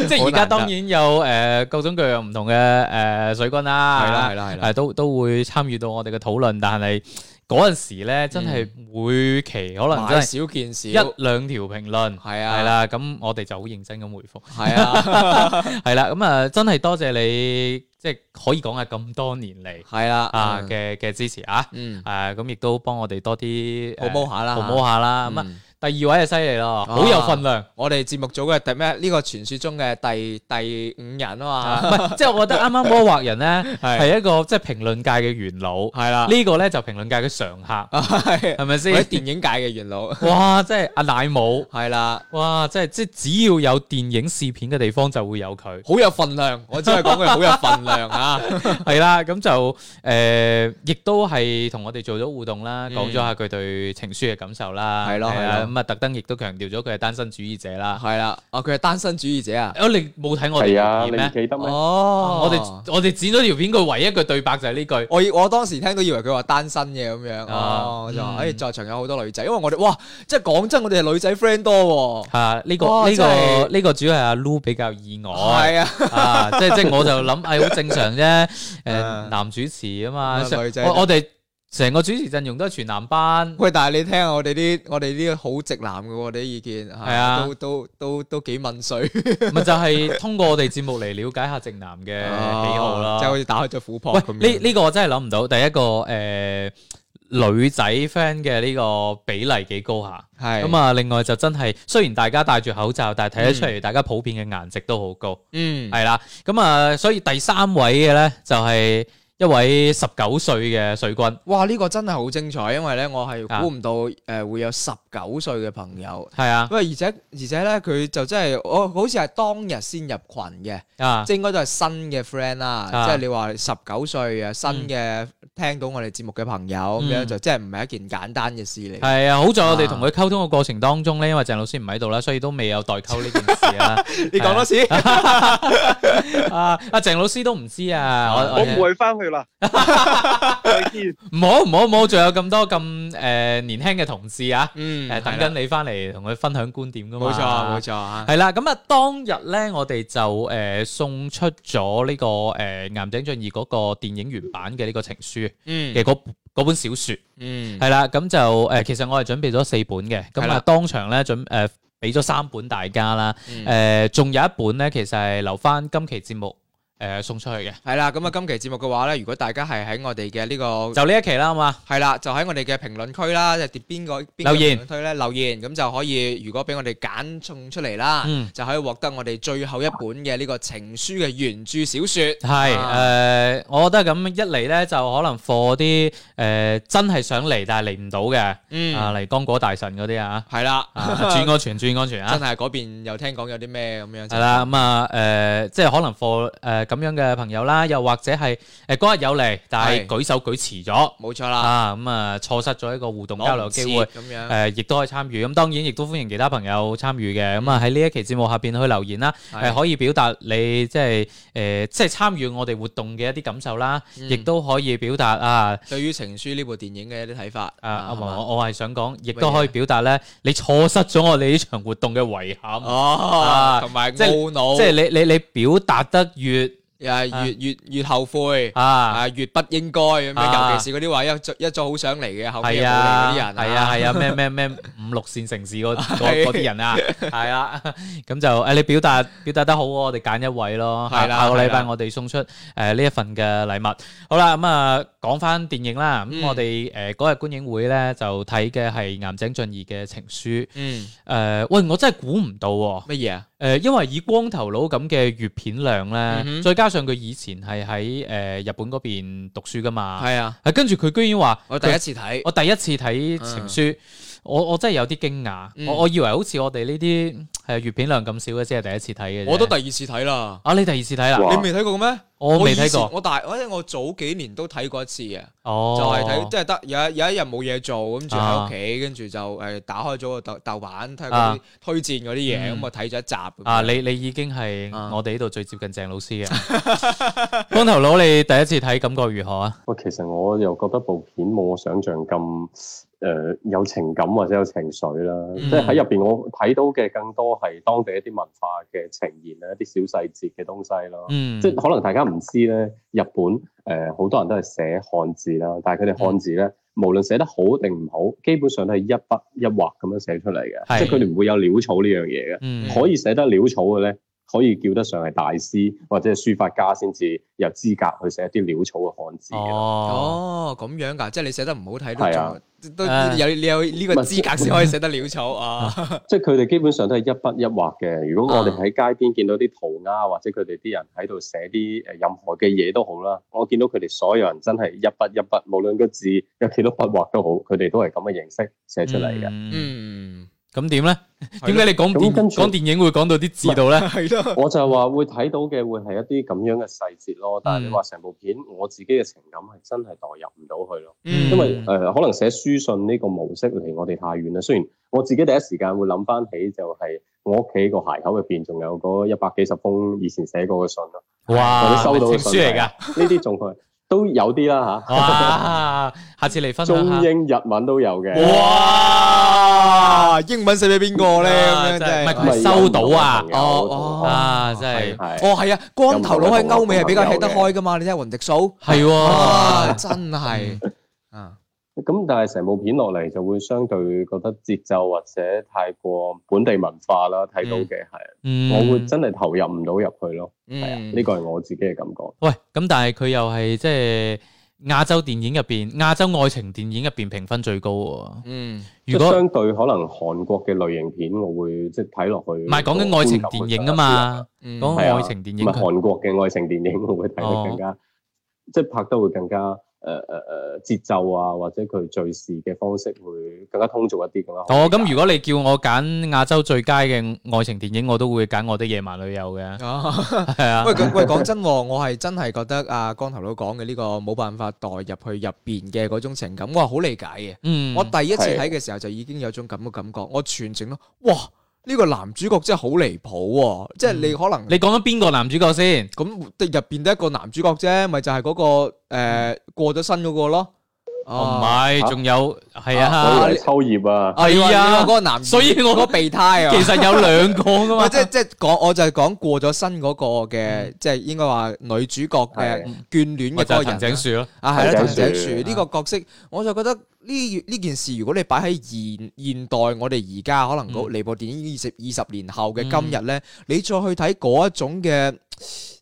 Speaker 3: 即係而家當然有誒、呃各種各樣唔同嘅誒、呃水軍啦，
Speaker 4: 係啦係啦係啦
Speaker 3: 誒都都會參與到我哋嘅討論，但係嗰陣時咧，真係每期可能
Speaker 4: 買
Speaker 3: 真係
Speaker 4: 少見少，
Speaker 3: 一兩條評論。
Speaker 4: 係啊
Speaker 3: 係啦，咁我哋就好認真咁回覆。
Speaker 4: 係啊
Speaker 3: 係啦，咁啊真係多謝你，即係可以講係咁多年嚟
Speaker 4: 係啦
Speaker 3: 啊
Speaker 4: 嗯
Speaker 3: 嘅嘅支持啊！
Speaker 4: 嗯
Speaker 3: 誒咁亦都幫我哋多啲
Speaker 4: promote 下啦
Speaker 3: promote 下啦。咁啊，
Speaker 4: 嗯
Speaker 3: 第二位就犀利
Speaker 4: 啊
Speaker 3: 咯，好有份量。
Speaker 4: 我哋節目組嘅第咩？呢個傳説中嘅第第五人啊嘛，
Speaker 3: 唔係即係我覺得啱啱魔畫人咧
Speaker 4: 係
Speaker 3: 係一個即係評論界嘅元老，
Speaker 4: 係啦，
Speaker 3: 呢個咧就評論界嘅常客，
Speaker 4: 係
Speaker 3: 係咪
Speaker 4: 或者
Speaker 3: 先？
Speaker 4: 電影界嘅 元老，
Speaker 3: 哇！即係阿啊奶母，
Speaker 4: 係啦，，
Speaker 3: 哇！即係即係只要有電影試片嘅地方就會有佢
Speaker 4: 好有份量，我真係講佢好有份 量啊！
Speaker 3: 係啦。咁就誒，亦都係同我哋做咗互動啦，
Speaker 4: 嗯
Speaker 3: 講咗下佢對情書嘅感受啦，
Speaker 4: 係咯
Speaker 3: 係
Speaker 4: 係
Speaker 3: 啊
Speaker 4: 咯
Speaker 3: 咁啊，特登亦都強調咗佢係單身主義者啦。
Speaker 4: 係啦，啊佢係單身主義者啊，
Speaker 3: 哦，你冇睇我哋
Speaker 5: 係
Speaker 3: 條
Speaker 5: 啊，
Speaker 3: 片
Speaker 5: 你唔
Speaker 3: 咩？
Speaker 5: 記得咩？
Speaker 4: 哦，
Speaker 3: 我哋我哋剪咗條片，佢唯一一句對白就係呢句。
Speaker 4: 我以我當時聽到以為佢話單身嘅咁樣，
Speaker 3: 啊
Speaker 4: 哦，我就話
Speaker 3: 嗯
Speaker 4: 誒在場有好多女仔，因為我哋哇，即係講真，我哋係女仔 friend 多
Speaker 3: 啊！呢、個
Speaker 4: 哇
Speaker 3: 呢、
Speaker 4: 真哦係
Speaker 3: 個呢個主要係阿 Lu 比較意外，
Speaker 4: 喎，係啊，
Speaker 3: 啊，即係即係 我就諗，係、好正常啫。誒、
Speaker 4: 啊
Speaker 3: 男主持啊
Speaker 4: 啊
Speaker 3: 嘛，上
Speaker 4: 女仔
Speaker 3: 我我哋成個主持陣容都係全男 班，
Speaker 4: 喂，但係你聽下我哋啲我哋啲好直男嘅喎，啲意見係
Speaker 3: 啊
Speaker 4: 都都都都幾問 水。
Speaker 3: 咪就係通過我哋節目嚟了解下直男嘅
Speaker 4: 哦
Speaker 3: 喜好啦。
Speaker 4: 即係好似打開咗琥珀咁
Speaker 3: 喂，
Speaker 4: 樣。
Speaker 3: 呢呢、個我真係諗唔到，第一個誒、女仔 friend 嘅呢個比例幾高下。
Speaker 4: 係
Speaker 3: 咁啊，另外就真係雖然大家戴住口罩，但係睇得出嚟大家普遍嘅顏值都好高。
Speaker 4: 嗯
Speaker 3: 系啦，咁啊，所以第三位嘅咧就係一位十九歲嘅水軍，
Speaker 4: 哇！呢、個真係好精彩，因為咧我係
Speaker 3: 啊
Speaker 4: 估唔到誒、呃、會有十九歲嘅朋友，
Speaker 3: 係啊，
Speaker 4: 喂而且而且咧佢就真係我好似係當日先入群嘅，
Speaker 3: 啊，
Speaker 4: 即係應該都係新嘅 friend 啦，
Speaker 3: 啊
Speaker 4: 即係你話十九歲啊新嘅聽到我哋節目嘅朋友咁樣、
Speaker 3: 嗯
Speaker 4: 就真係唔係一件簡單嘅事嚟。
Speaker 3: 係啊，好在我哋同佢溝通嘅過程當中咧，因為鄭老師唔喺度啦，所以都未有代溝呢件 事啦。
Speaker 4: 你講多次，
Speaker 3: 啊，阿鄭老師都唔知啊，我
Speaker 6: 我唔
Speaker 3: 我
Speaker 6: 会翻去啦，再见。
Speaker 3: 唔好唔好唔好，仲有咁多咁诶年輕嘅同事啊，
Speaker 4: 嗯
Speaker 3: 诶等緊你翻嚟同佢分享觀點噶嘛，
Speaker 4: 冇錯冇錯啊，
Speaker 3: 系啦，咁啊，當日咧，我哋就誒、呃送出咗呢、個誒、呃岩井俊二嗰個電影原版嘅呢個情書
Speaker 4: 嗯
Speaker 3: 嘅嗰嗰本小説，
Speaker 4: 嗯
Speaker 3: 係啦，咁就誒、呃其實我係準備咗四本嘅，
Speaker 4: 係
Speaker 3: 咁
Speaker 4: 啦
Speaker 3: 啊當場咧準誒俾咗三本大家啦，誒、
Speaker 4: 嗯
Speaker 3: 仲有一本咧，其實係留翻今期節目。诶送出去嘅。
Speaker 4: 系啦，咁啊，今期節目嘅話咧，如果大家係喺我哋嘅呢個
Speaker 3: 就呢一期啦，好嘛？
Speaker 4: 係啦，就喺我哋嘅評論區啦，即系邊個邊個
Speaker 3: 留言
Speaker 4: 評論區咧留言，咁就可以如果俾我哋揀中出嚟啦，
Speaker 3: 嗯
Speaker 4: 就可以獲得我哋最後一本嘅呢個情書嘅原著小说。
Speaker 3: 系诶、
Speaker 4: 啊
Speaker 3: 誒我覺得咁一嚟咧就可能貨啲诶真係想嚟但係嚟唔到嘅，啊
Speaker 4: 嗯，
Speaker 3: 嚟剛果大神嗰啲啊，
Speaker 4: 係啦，
Speaker 3: 啊 注意安全，注意安全啊！
Speaker 4: 真係嗰邊又聽講有啲咩咁樣。
Speaker 3: 係啦，，咁啊，誒，即係可能 for 誒咁樣嘅朋友啦，又或者係誒嗰日有嚟，但係
Speaker 4: 係
Speaker 3: 舉手舉遲咗
Speaker 4: 冇錯啦，
Speaker 3: 啊，咁啊錯失咗一個互動交流機
Speaker 4: 攞
Speaker 3: 會
Speaker 4: 唔。切咁樣。
Speaker 3: 誒，亦都可以參與，咁當然亦都歡迎其他朋友參與嘅。咁啊喺呢一期節目下邊去留言啦，
Speaker 4: 嗯係
Speaker 3: 誒可以表達你即係誒即係參與我哋活動嘅一啲感受啦，
Speaker 4: 嗯
Speaker 3: 亦都可以表達啊
Speaker 4: 對於情書呢部電影嘅一啲睇法，
Speaker 3: 啊阿
Speaker 4: 係嘛
Speaker 3: 黃，我我係想講，亦都可以表達咧你錯失咗我哋呢場活動嘅遺憾，
Speaker 4: 哦
Speaker 3: 啊，
Speaker 4: 同埋
Speaker 3: 即係
Speaker 4: 懊惱，
Speaker 3: 即係你你你表達得越
Speaker 4: 誒
Speaker 3: 啊
Speaker 4: 越越越後悔。
Speaker 3: 啊。
Speaker 4: 啊，越不應該咁
Speaker 3: 啊
Speaker 4: 樣，尤其是嗰啲話一早一早好想嚟嘅，後尾
Speaker 3: 系
Speaker 4: 又冇嚟嗰
Speaker 3: 啊，
Speaker 4: 啲人，
Speaker 3: 系啊，系啊，咩咩咩五六線城市 嗰嗰
Speaker 4: 係
Speaker 3: 嗰啲人 啊，係啊，咁就诶，誒你表達表達得好喎，我哋揀一位咯，下
Speaker 4: 係啦
Speaker 3: 下個禮拜
Speaker 4: 係啦
Speaker 3: 我哋送出诶呢一份嘅禮物。好啦，咁啊講翻電影啦，
Speaker 4: 嗯
Speaker 3: 咁我哋诶嗰日觀影會咧就睇嘅係岩井俊二嘅情書。
Speaker 4: 嗯，
Speaker 3: 诶，喂，我真係估唔到喎。
Speaker 4: 乜嘢啊？
Speaker 3: 誒，因為以光頭佬咁嘅閱片量咧，
Speaker 4: 嗯哼
Speaker 3: 再加上佢以前係喺誒日本嗰邊讀書噶嘛，
Speaker 4: 係啊，
Speaker 3: 係跟住佢居然話
Speaker 4: 我第一次睇，
Speaker 3: 我第一次睇情書，我我真係有啲驚訝，
Speaker 4: 嗯
Speaker 3: 我我以為好似我哋呢啲係閱片量咁少嘅，先係第一次睇嘅啫。
Speaker 4: 我都第二次睇啦。
Speaker 3: 啊，你第二次睇啦，
Speaker 5: 哇
Speaker 4: 你未睇過嘅咩？
Speaker 3: 我未
Speaker 4: 以
Speaker 3: 睇
Speaker 4: 前
Speaker 3: 過，
Speaker 4: 我大，我我早幾年都睇過一次嘅，
Speaker 3: 哦，
Speaker 4: 就係睇即係得有一有一日冇嘢做，跟住喺屋企，跟住就誒打開咗個豆豆瓣睇嗰
Speaker 3: 啊
Speaker 4: 啲推薦嗰啲嘢，
Speaker 3: 嗯
Speaker 4: 咁我睇咗一集咁樣。
Speaker 3: 啊，你你已經係
Speaker 4: 啊
Speaker 3: 我哋呢度最接近鄭老師嘅 光頭佬，你第一次睇感覺如何啊？
Speaker 5: 喂，其實我又覺得部片冇我想象咁誒有情感或者有情緒啦，
Speaker 4: 嗯
Speaker 5: 即係喺入邊我睇到嘅更多係當地一啲文化嘅呈現啊，一啲小細節嘅東西咯。
Speaker 3: 嗯，
Speaker 5: 即係可能大家唔知咧，日本誒好、多人都係寫漢字啦，但
Speaker 3: 嗯
Speaker 5: 係佢哋漢字咧，無論寫得好定唔好，基本上都係一筆一畫咁樣寫出嚟
Speaker 3: 係
Speaker 5: 嘅，即係佢哋唔會有潦草呢樣嘢嘅。
Speaker 3: 嗯
Speaker 5: 可以寫得潦草嘅咧，可以叫得上係大師或者係書法家先至有資格去寫一啲潦草嘅漢字嘅。
Speaker 3: 哦。
Speaker 4: 哦咁樣㗎，即係你寫得唔好睇
Speaker 5: 係
Speaker 4: 都
Speaker 5: 啊
Speaker 4: 仲都
Speaker 3: 啊
Speaker 4: 有你有呢個資格先可以寫得潦草啊。
Speaker 5: 即係佢哋基本上都係一筆一畫嘅。如果我哋
Speaker 4: 啊
Speaker 5: 喺街邊見到啲塗鴉，或者佢哋啲人喺度寫啲誒任何嘅嘢都好啦，我見到佢哋所有人真係一筆一筆，無論個字有幾多筆畫都好，佢哋都係咁嘅形式寫出嚟嘅。
Speaker 3: 嘅，
Speaker 4: 嗯，
Speaker 3: 咁點咧？
Speaker 4: 係
Speaker 3: 點解你講電
Speaker 5: 咁跟住
Speaker 3: 講電影會講到啲字度咧？
Speaker 4: 係咯。
Speaker 5: 我就係話會睇到嘅會係一啲咁樣嘅細節咯，但係你話成部片我自己嘅情感係真係代入唔到去咯，
Speaker 4: 嗯
Speaker 5: 因為誒、呃可能寫書信呢個模式離我哋太遠啦。雖然我自己第一時間會諗翻起就係我屋企個鞋口入邊仲有嗰一百幾十封以前寫過嘅信咯。或
Speaker 3: 哇，
Speaker 5: 者收到
Speaker 3: 情啊書
Speaker 5: 嘅信啊
Speaker 3: 嚟㗎！
Speaker 5: 呢啲仲去都有啲啦嚇，
Speaker 3: 哇！下次嚟分享下
Speaker 5: 中。英日文都有嘅。
Speaker 4: 哇！英文寫俾邊個咧？
Speaker 3: 啊
Speaker 4: 咁樣
Speaker 3: 真係
Speaker 4: 真
Speaker 3: 唔係
Speaker 4: 係。
Speaker 3: 佢收到啊
Speaker 4: 哦
Speaker 5: 哦
Speaker 4: 哦
Speaker 5: 哦，
Speaker 3: 啊，真係
Speaker 5: 係
Speaker 4: 哦，係啊，光頭佬喺歐美係比較吃得開噶嘛，你睇下雲迪數，
Speaker 3: 係
Speaker 4: 啊，
Speaker 3: 喎，
Speaker 4: 真係啊，
Speaker 5: 咁但係成部片落嚟就會相對覺得節奏或者太過本地文化啦，睇到嘅係，啊
Speaker 3: 嗯
Speaker 5: 我會真係投入唔到入去咯。係啊，
Speaker 4: 嗯，
Speaker 5: 呢個係我自己嘅感覺。
Speaker 3: 喂，咁但係佢又係即係亞洲電影入邊，亞洲愛情電影入邊評分最高喎。
Speaker 4: 嗯
Speaker 3: 如
Speaker 5: 即係
Speaker 3: 果
Speaker 5: 相對可能韓國嘅類型片，我會即係睇落去。
Speaker 3: 唔係講緊愛情電影啊嘛，
Speaker 4: 嗯
Speaker 3: 講
Speaker 5: 係啊
Speaker 3: 愛情電
Speaker 5: 唔
Speaker 3: 影
Speaker 5: 係
Speaker 3: 佢哦
Speaker 5: 韓國嘅愛情電影，我會睇得更加，即係拍得會更加誒誒誒節奏啊，或者佢敘事嘅方式會更加通俗一啲，啊更加好
Speaker 3: 哦，咁如果你叫我揀亞洲最佳嘅愛情電影，我都會揀我的野蠻女友嘅，
Speaker 4: 啊
Speaker 3: 係啊
Speaker 4: 喂，。佢喂，講真喎，我係真係覺得啊，光頭佬講嘅呢個冇辦法代入去入邊嘅嗰種情感，我係好理解嘅。
Speaker 3: 嗯，
Speaker 4: 我第一次睇嘅時候就已經有種咁嘅感覺，我全程咯，哇！呢個男主角真係好離譜喎，即係你可能
Speaker 3: 你講緊邊個男主角先？
Speaker 4: 咁入邊得一個男主角啫，咪就係嗰、個誒、呃、過咗身嗰個咯。
Speaker 3: 哦唔係，
Speaker 5: 啊
Speaker 3: 仲有係
Speaker 5: 我
Speaker 3: 啊
Speaker 5: 以，為秋葉啊，
Speaker 4: 啊，你話
Speaker 3: 係啊
Speaker 4: 你話嗰個男，
Speaker 3: 所以我
Speaker 4: 嗰個備胎啊，
Speaker 3: 其實有兩個噶
Speaker 4: 唔係
Speaker 3: 嘛。
Speaker 4: 即係即係講，我就係講過咗身嗰個嘅，即係應該話女主角嘅嗯
Speaker 5: 係啊
Speaker 4: 眷戀嘅
Speaker 3: 咪就
Speaker 4: 嗰個
Speaker 3: 啊係藤井
Speaker 4: 人
Speaker 3: 樹咯，
Speaker 4: 啊，係啦，藤
Speaker 5: 藤井
Speaker 4: 井
Speaker 5: 樹
Speaker 4: 樹呢個角色，我就覺得呢呢件事，如果你擺喺現現代，我哋而家可能嗰
Speaker 3: 嗯
Speaker 4: 離部電影二十二十年後嘅今日咧，你再去睇嗰一種嘅，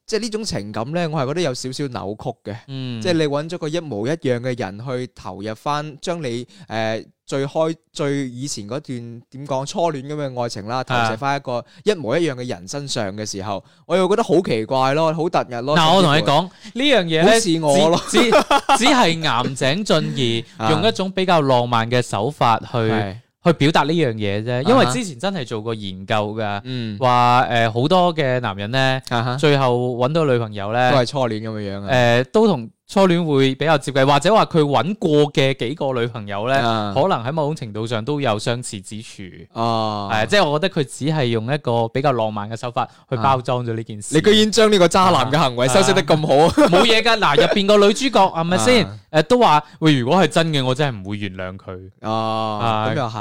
Speaker 4: 即係呢種情感咧，我係覺得有少少扭曲嘅。
Speaker 3: 嗯，
Speaker 4: 即係你揾咗個一模一樣嘅人去投入翻，將你誒、呃最開最以前嗰段點講初戀咁嘅愛情
Speaker 3: 啊
Speaker 4: 啦，投射翻一個一模一樣嘅人身上嘅時候，我又覺得好奇怪咯，好突兀咯。
Speaker 3: 嗱，我同你
Speaker 4: 甚至乎，
Speaker 3: 講呢樣嘢
Speaker 4: 好
Speaker 3: 咧，
Speaker 4: 似我咯
Speaker 3: 只 只只係岩井俊二
Speaker 4: 啊
Speaker 3: 用一種比較浪漫嘅手法去
Speaker 4: 係
Speaker 3: 去表達呢樣嘢啫。因為
Speaker 4: 啊哈
Speaker 3: 之前真係做過研究㗎，
Speaker 4: 嗯
Speaker 3: 話誒好多嘅男人咧，
Speaker 4: 啊哈，
Speaker 3: 最後揾到女朋友咧，
Speaker 4: 都
Speaker 3: 誒
Speaker 4: 係初戀咁嘅樣啊。
Speaker 3: 都同初戀會比較接近，或者話佢揾過嘅幾個女朋友咧，
Speaker 4: 啊
Speaker 3: 可能喺某種程度上都有相似之處。
Speaker 4: 哦，
Speaker 3: 係，即係我覺得佢只係用一個比較浪漫嘅手法去包裝咗呢件事。
Speaker 4: 啊你居然將呢個渣男嘅行為修飾得咁好，
Speaker 3: 冇嘢 㗎，嗱入邊個女主角係咪先
Speaker 4: 啊？
Speaker 3: 誒都話喂，如果係真嘅，我真係唔會原諒佢。
Speaker 4: 哦，咁又
Speaker 3: 啊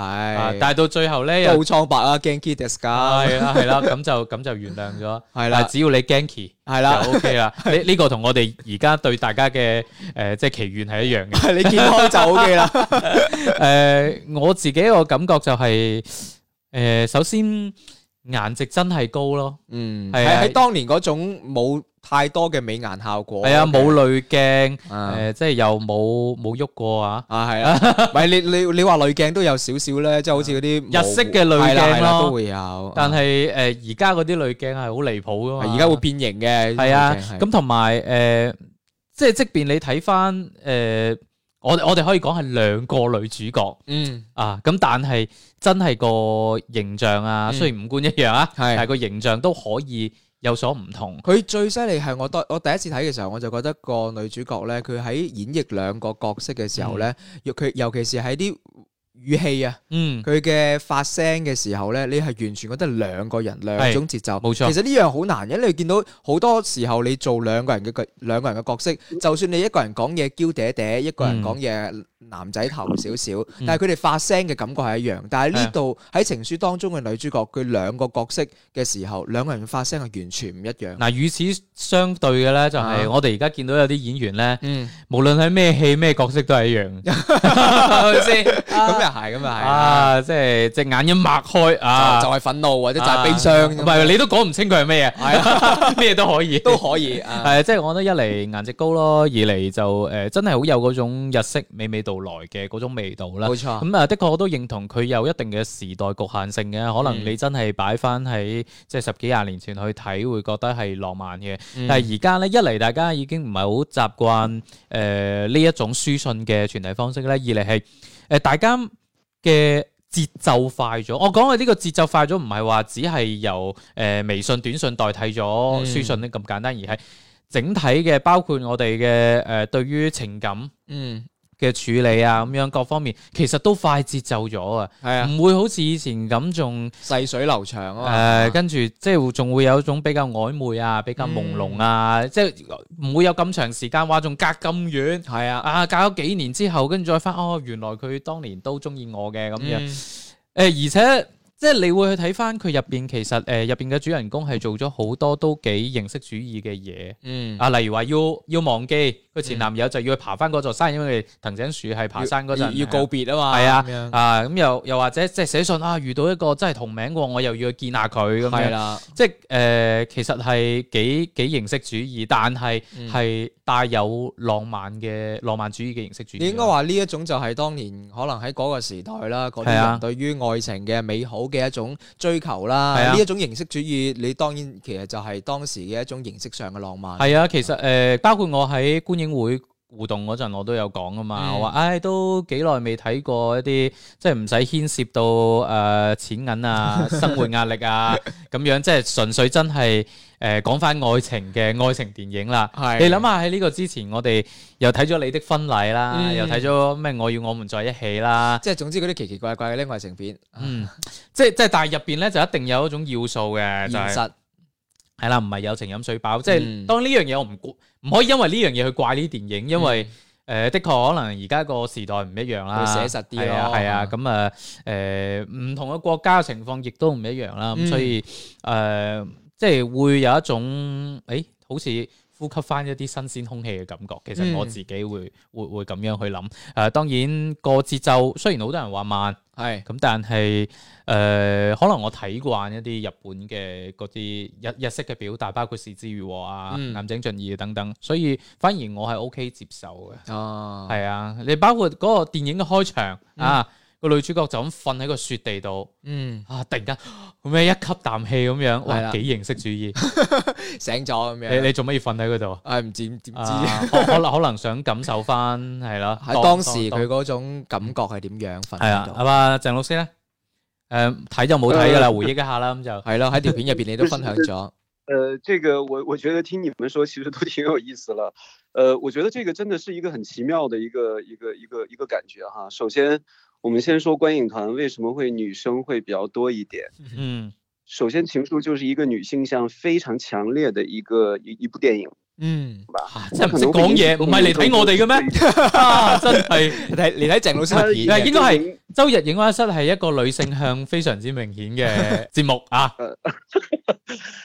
Speaker 4: 係，
Speaker 3: 但係到最後咧
Speaker 4: 都好
Speaker 3: 又啊
Speaker 4: 蒼白啊，Genki d e s k
Speaker 3: 係啦係啦，咁就咁就原諒咗。
Speaker 4: 係
Speaker 3: 但
Speaker 4: 啦啊
Speaker 3: 係，只要你 Ganky
Speaker 4: 係
Speaker 3: 就
Speaker 4: 啦，
Speaker 3: OK 啦。呢呢個同我哋而家對大家嘅誒即係祈願係一樣嘅。
Speaker 4: 係 你健康就 OK 啦。
Speaker 3: 誒我自己個感覺就係誒首先顏值真係高咯。
Speaker 4: 嗯，
Speaker 3: 係
Speaker 4: 喺
Speaker 3: 啊
Speaker 4: 喺當年嗰種冇太多嘅美顏效果，
Speaker 3: 係啊，冇濾鏡，
Speaker 4: 哦啊
Speaker 3: 誒，即係又冇冇喐過啊，
Speaker 4: 啊係 啊，唔係你你你話濾鏡都有少少咧，即係好似嗰啲模糊
Speaker 3: 日式嘅濾鏡
Speaker 4: 係啦係啦
Speaker 3: 咯
Speaker 4: 都會有，
Speaker 3: 但
Speaker 4: 啊
Speaker 3: 係誒而家嗰啲濾鏡係好離譜噶嘛，
Speaker 4: 而家會變形嘅，
Speaker 3: 係啊
Speaker 4: 呢啲濾鏡，係
Speaker 3: 咁同埋誒，即係即便你睇翻誒，我我哋可以講係兩個女主角
Speaker 4: 嗯
Speaker 3: 啊，咁但係真係個形象啊，
Speaker 4: 嗯
Speaker 3: 雖然五官一樣啊，但係
Speaker 4: 係。
Speaker 3: 個形象都可以有所唔同，
Speaker 4: 佢最犀利係我當我第一次睇嘅時候，我就覺得個女主角咧，佢喺演繹兩個角色嘅時候咧，尤佢尤其是喺啲語氣啊。
Speaker 3: 嗯，
Speaker 4: 佢嘅發聲嘅時候咧，你係完全覺得兩個人兩種節奏，
Speaker 3: 嗯冇錯
Speaker 4: 其實呢樣好難，因為你見到好多時候你做兩個人嘅角兩個人嘅角色，就算你一個人講嘢嬌嗲嗲，一個人講嘢男仔頭少少，
Speaker 3: 嗯
Speaker 4: 但係佢哋發聲嘅感覺係一樣。但係呢度喺情書當中嘅女主角，佢兩個角色嘅時候，兩個人發聲係完全唔一樣。
Speaker 3: 嗱，與此相對嘅咧，就係
Speaker 4: 啊
Speaker 3: 我哋而家見到有啲演員咧，
Speaker 4: 嗯，
Speaker 3: 無論喺咩戲咩角色都係一樣，係咪先？
Speaker 4: 咁又係，咁又係，
Speaker 3: 啊，即係隻眼一擘開啊，
Speaker 4: 就就係憤怒或者就
Speaker 3: 啊
Speaker 4: 係悲傷
Speaker 3: 唔
Speaker 4: 咁，啊
Speaker 3: 係你都講唔清佢係咩嘢，係 咩都可以，
Speaker 4: 都可以啊。
Speaker 3: 係即係我覺得一嚟顏值高咯，二嚟就誒真係好有嗰種日式娓娓道來嘅嗰種味道啦。
Speaker 4: 冇錯，
Speaker 3: 咁啊，的確我都認同佢有一定嘅時代局限性嘅，可能
Speaker 4: 嗯
Speaker 3: 你真係擺翻喺即係十幾廿年前去睇，會覺得係浪漫嘅。
Speaker 4: 嗯
Speaker 3: 但係而家咧，一嚟大家已經唔係好習慣誒呢一種書信嘅傳遞方式咧，二嚟係誒大家嘅節奏快咗。我講嘅呢個節奏快咗，唔係話只係由誒、呃微信短信代替咗
Speaker 4: 嗯
Speaker 3: 書信呢咁簡單，而係整體嘅包括我哋嘅誒對於情感。
Speaker 4: 嗯，
Speaker 3: 嘅處理啊，咁樣各方面其實都快節奏咗啊，
Speaker 4: 係啊，
Speaker 3: 唔會好似以前咁仲
Speaker 4: 細水流長啊嘛
Speaker 3: 誒，。呃跟住即係仲會有一種比較曖昧啊，比較朦朧
Speaker 4: 嗯
Speaker 3: 啊，即係唔會有咁長時間話仲隔咁遠
Speaker 4: 係啊，
Speaker 3: 啊，隔咗幾年之後，跟住再翻哦，原來佢當年都中意我嘅咁樣。
Speaker 4: 樣
Speaker 3: 誒，而且即係你會去睇翻佢入邊，其實誒入邊嘅主人公係做咗好多都幾形式主義嘅嘢。
Speaker 4: 嗯
Speaker 3: 啊，例如話要要忘記佢前男友就要去爬翻嗰座山，因為藤井樹係爬山嗰陣
Speaker 4: 要要告別啊嘛，
Speaker 3: 係啊
Speaker 4: 咁樣，
Speaker 3: 啊咁又又或者即係寫信啊，遇到一個真係同名嘅，我又要去見下佢咁
Speaker 4: 係啊
Speaker 3: 樣，
Speaker 4: 啦，
Speaker 3: 即係誒、呃其實係幾幾形式主義，但係
Speaker 4: 嗯
Speaker 3: 係帶有浪漫嘅浪漫主義嘅形式主義。
Speaker 4: 你應該話呢一種就係當年可能喺嗰個時代啦，嗰
Speaker 3: 係
Speaker 4: 啲
Speaker 3: 啊
Speaker 4: 人對於愛情嘅美好嘅一種追求
Speaker 3: 係啊
Speaker 4: 啦，呢一種形式主義，你當然其實就係當時嘅一種形式上嘅浪漫，
Speaker 3: 係啊，其實誒、呃包括我喺觀影會。互動嗰陣我都有講噶嘛，
Speaker 4: 嗯
Speaker 3: 我話唉都幾耐未睇過一啲即係唔使牽涉到誒、呃、錢銀 啊、生活壓力啊咁樣，即係純粹真係誒講翻愛情嘅愛情電影啦。
Speaker 4: 係
Speaker 3: 你諗下喺呢個之前，我哋又睇咗你的婚禮啦，
Speaker 4: 嗯
Speaker 3: 又睇咗咩我與我們在一起啦，
Speaker 4: 即係總之嗰啲奇奇怪怪嘅呢愛情片，
Speaker 3: 嗯，即係即係，但係入邊咧就一定有一種要素嘅，就
Speaker 4: 嗯現
Speaker 3: 係
Speaker 4: 實
Speaker 3: 係啦，唔係友情飲水飽，即係
Speaker 4: 嗯
Speaker 3: 當呢樣嘢我唔估唔可以因為呢樣嘢去怪呢啲電影，因為誒的確可能而家個時代唔一樣啦，
Speaker 4: 嗯會寫實啲咯
Speaker 3: 係啊係啊，
Speaker 4: 啊
Speaker 3: 咁啊誒唔同嘅國家嘅情況亦都唔一樣啦，咁呃
Speaker 4: 嗯
Speaker 3: 所以誒即係會有一種誒好似。呼吸翻一啲新鮮空氣嘅感覺。其實
Speaker 4: 嗯
Speaker 3: 我自己會、會會咁樣去諗。誒、呃當然個節奏雖然好多人話慢，
Speaker 4: 係
Speaker 3: 咁但係誒、呃可能我睇慣一啲日本嘅嗰啲日日式嘅表達，包括是枝裕和啊、
Speaker 4: 嗯
Speaker 3: 岩井俊二等等，所以反而我係 OK 接受嘅。
Speaker 4: 哦，
Speaker 3: 係啊，你包括嗰個電影嘅開場、啊，個女主角就咁瞓喺個雪地度
Speaker 4: 嗯，
Speaker 3: 啊，突然間咩一吸啖氣咁樣，
Speaker 4: 係
Speaker 3: 哇，
Speaker 4: 啦
Speaker 3: 幾形式主 義！
Speaker 4: 醒咗咁
Speaker 3: 嗯你
Speaker 4: 樣，
Speaker 3: 你做乜要瞓喺嗰度啊？
Speaker 4: 唉唔知點知，係
Speaker 3: 啊可可能可能想感受翻係啦，
Speaker 4: 當時佢嗰種感覺係點樣？瞓
Speaker 3: 係啊，
Speaker 4: 喺度
Speaker 3: 係嘛，鄭老師咧，誒睇就冇睇噶啦，
Speaker 6: 呃
Speaker 3: 回憶一下啦，咁就
Speaker 4: 係咯，喺條片入邊你都分享咗，
Speaker 6: 呃，这个我我觉得听你们说其实都挺有意思了。呃，我觉得这个真的是一个很奇妙的一个一个一个一个感觉哈。首先，我们先说观影团为什么会女生会比较多一点。
Speaker 3: 嗯
Speaker 6: 首先，《情书》就是一个女性向非常强烈的一个一一部电影
Speaker 4: 嗯，
Speaker 6: 吧。
Speaker 3: 啊真係唔識講嘢，唔係嚟睇我哋嘅咩？ 啊，真係
Speaker 4: 你睇你睇鄭老師嘅
Speaker 3: 係
Speaker 4: 片嘅，
Speaker 3: 應該係周日影畫室係一個女性向非常之明顯嘅節目 啊，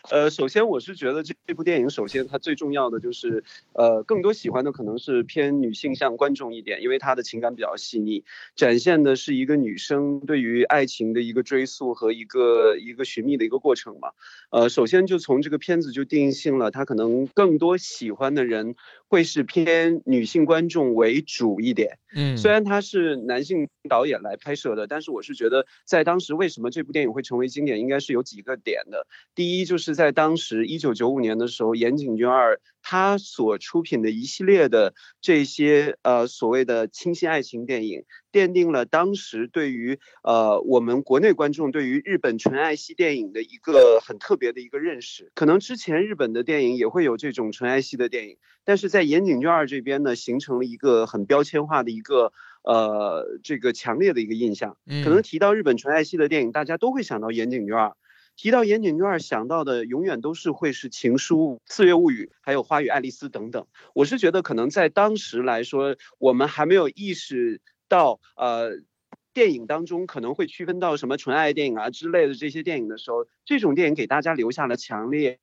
Speaker 6: 呃，首先我是觉得这这部电影，首先它最重要的就是，呃，更多喜欢的可能是偏女性向观众一点，因为她的情感比较细腻，展现的是一个女生对于爱情的一个追溯和一个一个寻觅的一个过程嘛。呃，首先就从这个片子就定性了，它可能更多喜欢的人会是偏女性观众为主一点。
Speaker 4: 嗯
Speaker 6: 虽然它是男性导演来拍摄的，但是我是觉得在当时为什么这部电影会成为经典，应该是有几个点的。第一，就是在当时一九九五年的时候，岩井俊二他所出品的一系列的这些呃所谓的清新爱情电影，奠定了当时对于呃我们国内观众对于日本纯爱系电影的一个很特别的一个认识。可能之前日本的电影也会有这种纯爱系的电影。但是在岩井俊二这边呢，形成了一个很标签化的一个呃这个强烈的一个印象。
Speaker 3: 嗯
Speaker 4: 嗯
Speaker 6: 可能提到日本纯爱系的电影，大家都会想到岩井俊二。提到岩井俊二，想到的永远都是会是《情书》《四月物语》，还有《花与爱丽丝》等等。我是觉得，可能在当时来说，我们还没有意识到，呃，电影当中可能会区分到什么纯爱电影啊之类的这些电影的时候，这种电影给大家留下了强烈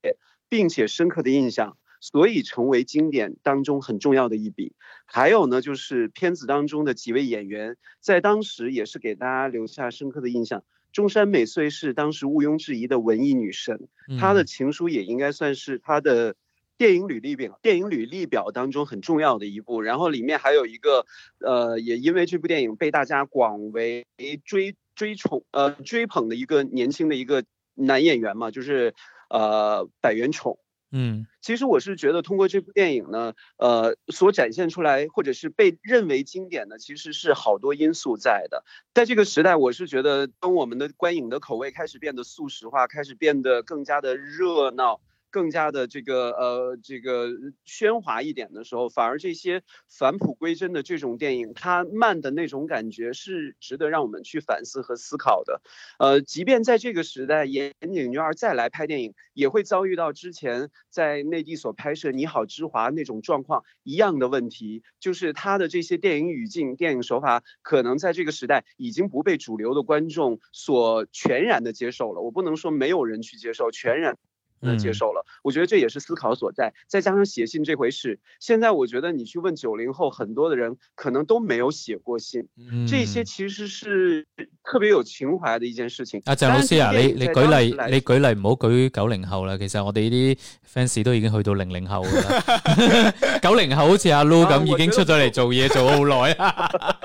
Speaker 6: 并且深刻的印象。所以成为经典当中很重要的一笔。还有呢，就是片子当中的几位演员，在当时也是给大家留下深刻的印象。中山美穗是当时毋庸置疑的文艺女神，
Speaker 3: 嗯
Speaker 6: 她的情书也应该算是她的电影履历表电影履历表当中很重要的一部。然后里面还有一个，呃，也因为这部电影被大家广为追追崇呃追捧的一个年轻的一个男演员嘛，就是呃百元宠。
Speaker 3: 嗯
Speaker 6: 其实我是觉得通过这部电影呢，呃，所展现出来或者是被认为经典的，其实是好多因素在的。在这个时代，我是觉得当我们的观影的口味开始变得速食化，开始变得更加的热闹。更加的这个呃这个喧哗一点的时候，反而这些返璞归真的这种电影，它慢的那种感觉是值得让我们去反思和思考的。呃，即便在这个时代，岩井俊二再来拍电影，也会遭遇到之前在内地所拍摄《你好，之华》那种状况一样的问题，就是他的这些电影语境、电影手法，可能在这个时代已经不被主流的观众所全然的接受了。我不能说没有人去接受，全然的接
Speaker 3: 嗯
Speaker 6: 受了。我觉得这也是思考所在。再加上写信这回事，现在我觉得你去问九零后，很多的人可能都没有写过信。
Speaker 3: 嗯
Speaker 6: 这些其实是特别有情怀的一件事情。
Speaker 3: 阿鄭老師啊，
Speaker 6: 當然
Speaker 3: 你
Speaker 6: 這
Speaker 3: 你舉
Speaker 6: 件在當
Speaker 3: 例
Speaker 6: 時來，
Speaker 3: 你舉例唔好舉九零後啦。其實我哋呢啲 fans 都已經去到零零後噶啦。 九零後好似阿 Lu
Speaker 6: 啊
Speaker 3: 咁，已
Speaker 6: 我
Speaker 3: 經出
Speaker 6: 覺
Speaker 3: 咗
Speaker 6: 得
Speaker 3: 嚟做嘢做好耐 啦。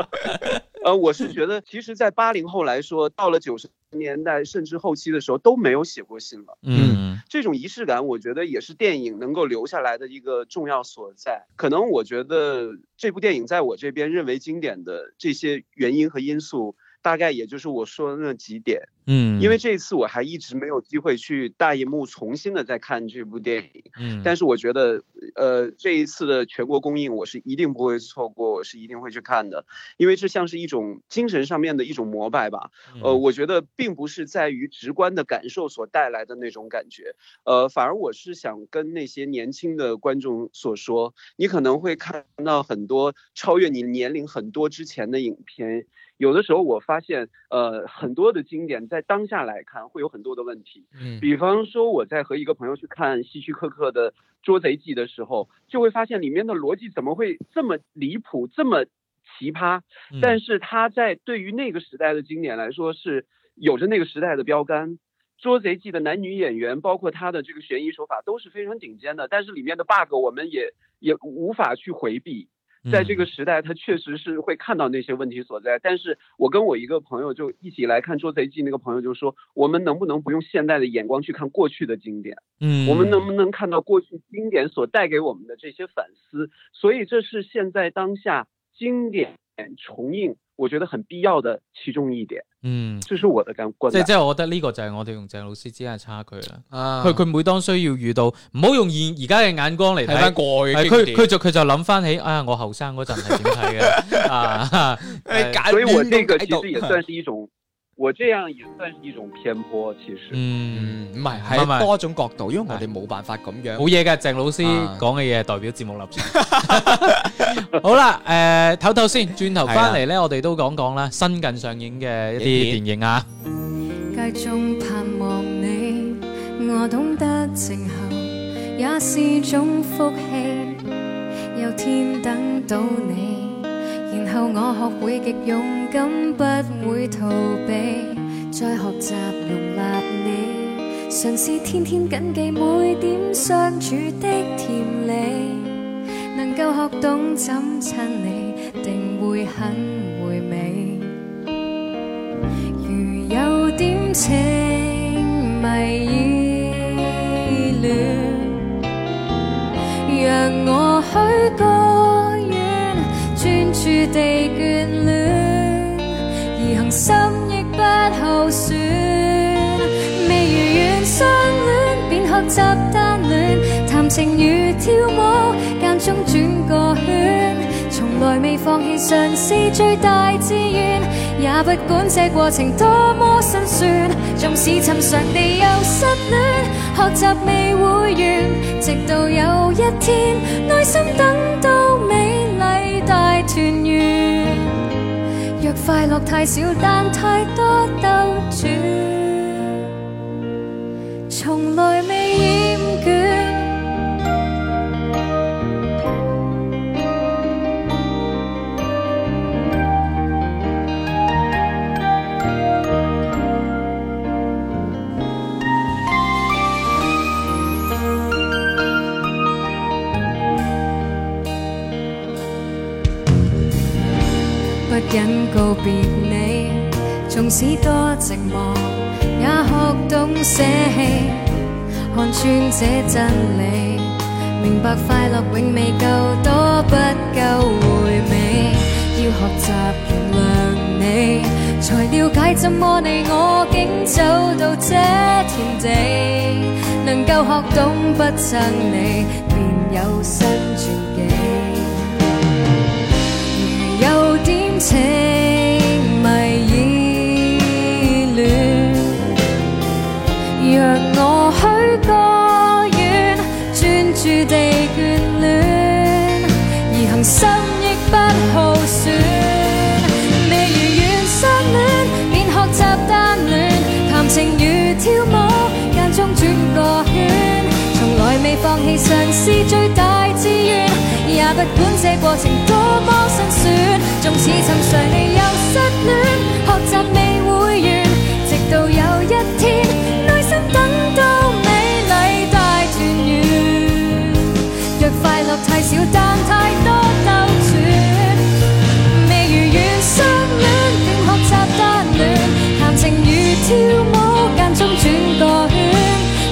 Speaker 6: 呃，我是觉得，其实，在八零后来说，到了九十年代甚至后期的时候，都没有写过信了。
Speaker 3: 嗯
Speaker 6: 这种仪式感，我觉得也是电影能够留下来的一个重要所在。可能我觉得这部电影在我这边认为经典的这些原因和因素，大概也就是我说的那几点。
Speaker 3: 嗯，
Speaker 6: 因为这一次我还一直没有机会去大荧幕重新的再看这部电影，
Speaker 3: 嗯
Speaker 6: 但是我觉得，呃，这一次的全国公映，我是一定不会错过，我是一定会去看的，因为这像是一种精神上面的一种膜拜吧。呃，我觉得并不是在于直观的感受所带来的那种感觉，呃，反而我是想跟那些年轻的观众所说，你可能会看到很多超越你年龄很多之前的影片。有的时候我发现，呃，很多的经典在在当下来看会有很多的问题。
Speaker 3: 嗯
Speaker 6: 比方说，我在和一个朋友去看希区柯克的《捉贼记》的时候，就会发现里面的逻辑怎么会这么离谱，这么奇葩？
Speaker 3: 嗯
Speaker 6: 但是它在对于那个时代的经典来说是有着那个时代的标杆。《捉贼记》的男女演员，包括他的这个悬疑手法都是非常顶尖的，但是里面的 bug 我们也也无法去回避。
Speaker 3: 嗯
Speaker 6: 在这个时代，他确实是会看到那些问题所在。但是我跟我一个朋友就一起来看《捉贼记》，那个朋友就说，我们能不能不用现代的眼光去看过去的经典？
Speaker 3: 嗯，
Speaker 6: 我们能不能看到过去经典所带给我们的这些反思？所以这是现在当下经典重映，我觉得很必要的其中一点。
Speaker 3: 嗯，
Speaker 6: 这是我的感观
Speaker 3: 即係
Speaker 6: 感。
Speaker 3: 即係，我覺得呢個就係我哋同鄭老師之間嘅差距啦。
Speaker 4: 啊
Speaker 3: 佢佢每當需要遇到，唔好用現而家嘅眼光嚟
Speaker 4: 睇翻
Speaker 3: 睇。
Speaker 4: 過去嘅
Speaker 3: 係
Speaker 4: 經
Speaker 3: 佢
Speaker 4: 典
Speaker 3: 佢就佢就諗翻起啊，我後生嗰陣係點睇 嘅啊？
Speaker 4: 誒簡
Speaker 6: 所以我
Speaker 4: 短
Speaker 6: 这个
Speaker 4: 咁
Speaker 6: 其
Speaker 4: 解讀
Speaker 6: 实也算是一种，我这样也算是一种偏颇，其实。
Speaker 3: 嗯，
Speaker 4: 嗯，唔係
Speaker 3: 唔係唔係
Speaker 4: 係多種角度，因為我哋冇辦法咁樣
Speaker 3: 冇嘢嘅，鄭老師
Speaker 4: 啊
Speaker 3: 講嘅嘢係代表節目立場。 好啦，誒唞唞先，轉頭翻嚟咧，我哋都講講啦，新近上映嘅一啲
Speaker 4: 啊影
Speaker 3: 電影啊。
Speaker 2: 街中盼望你，我懂得靜候也是種福氣。有天等到你，然後我學會極勇敢，不會逃避，再學習容納你，嘗試天天謹記每點相處的甜美。能夠學懂怎襯你，定會很回味。如有點情迷依戀，讓我許個願，專注地眷戀，而恒心亦不後選。未如願相戀，便學習單戀，談情如跳舞，間中轉個圈，從來未放棄嘗試最大志願。也不管這過程多麼辛酸，縱使尋常地又失戀，學習未會完，直到有一天，內心等到美麗大團圓。若快樂太少，但太多兜轉，從來未厭倦。不忍告別你，縱使多寂寞，也學懂捨棄，看穿這真理，明白快樂永未夠多，不夠回味，要學習原諒你，才了解怎麼你我竟走到這田地，能夠學懂不憎你，便有新轉機。如有點情迷依戀，若我許個願，專注地眷戀，而恒心亦不耗損。未如願相戀，便學習單戀，談情如跳舞，間中轉個圈。從來未放棄嘗試最大志願，也不管這過程多麼辛酸。縱使尋常地又失戀，學習未會完，直到有一天，內心等到美麗大團圓。若快樂太少，但太多兜轉。未如願相戀，便學習單戀，談情如跳舞，間中轉個圈，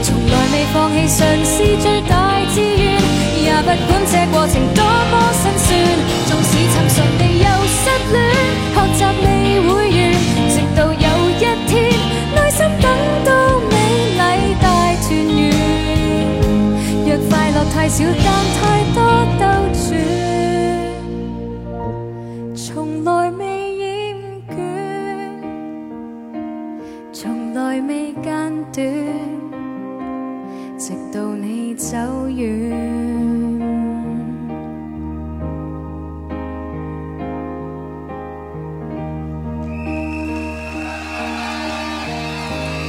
Speaker 2: 從來未放棄嘗試最大志願，也不管這過程多麼辛酸，縱使尋常地又失戀，學習未會完，直到有一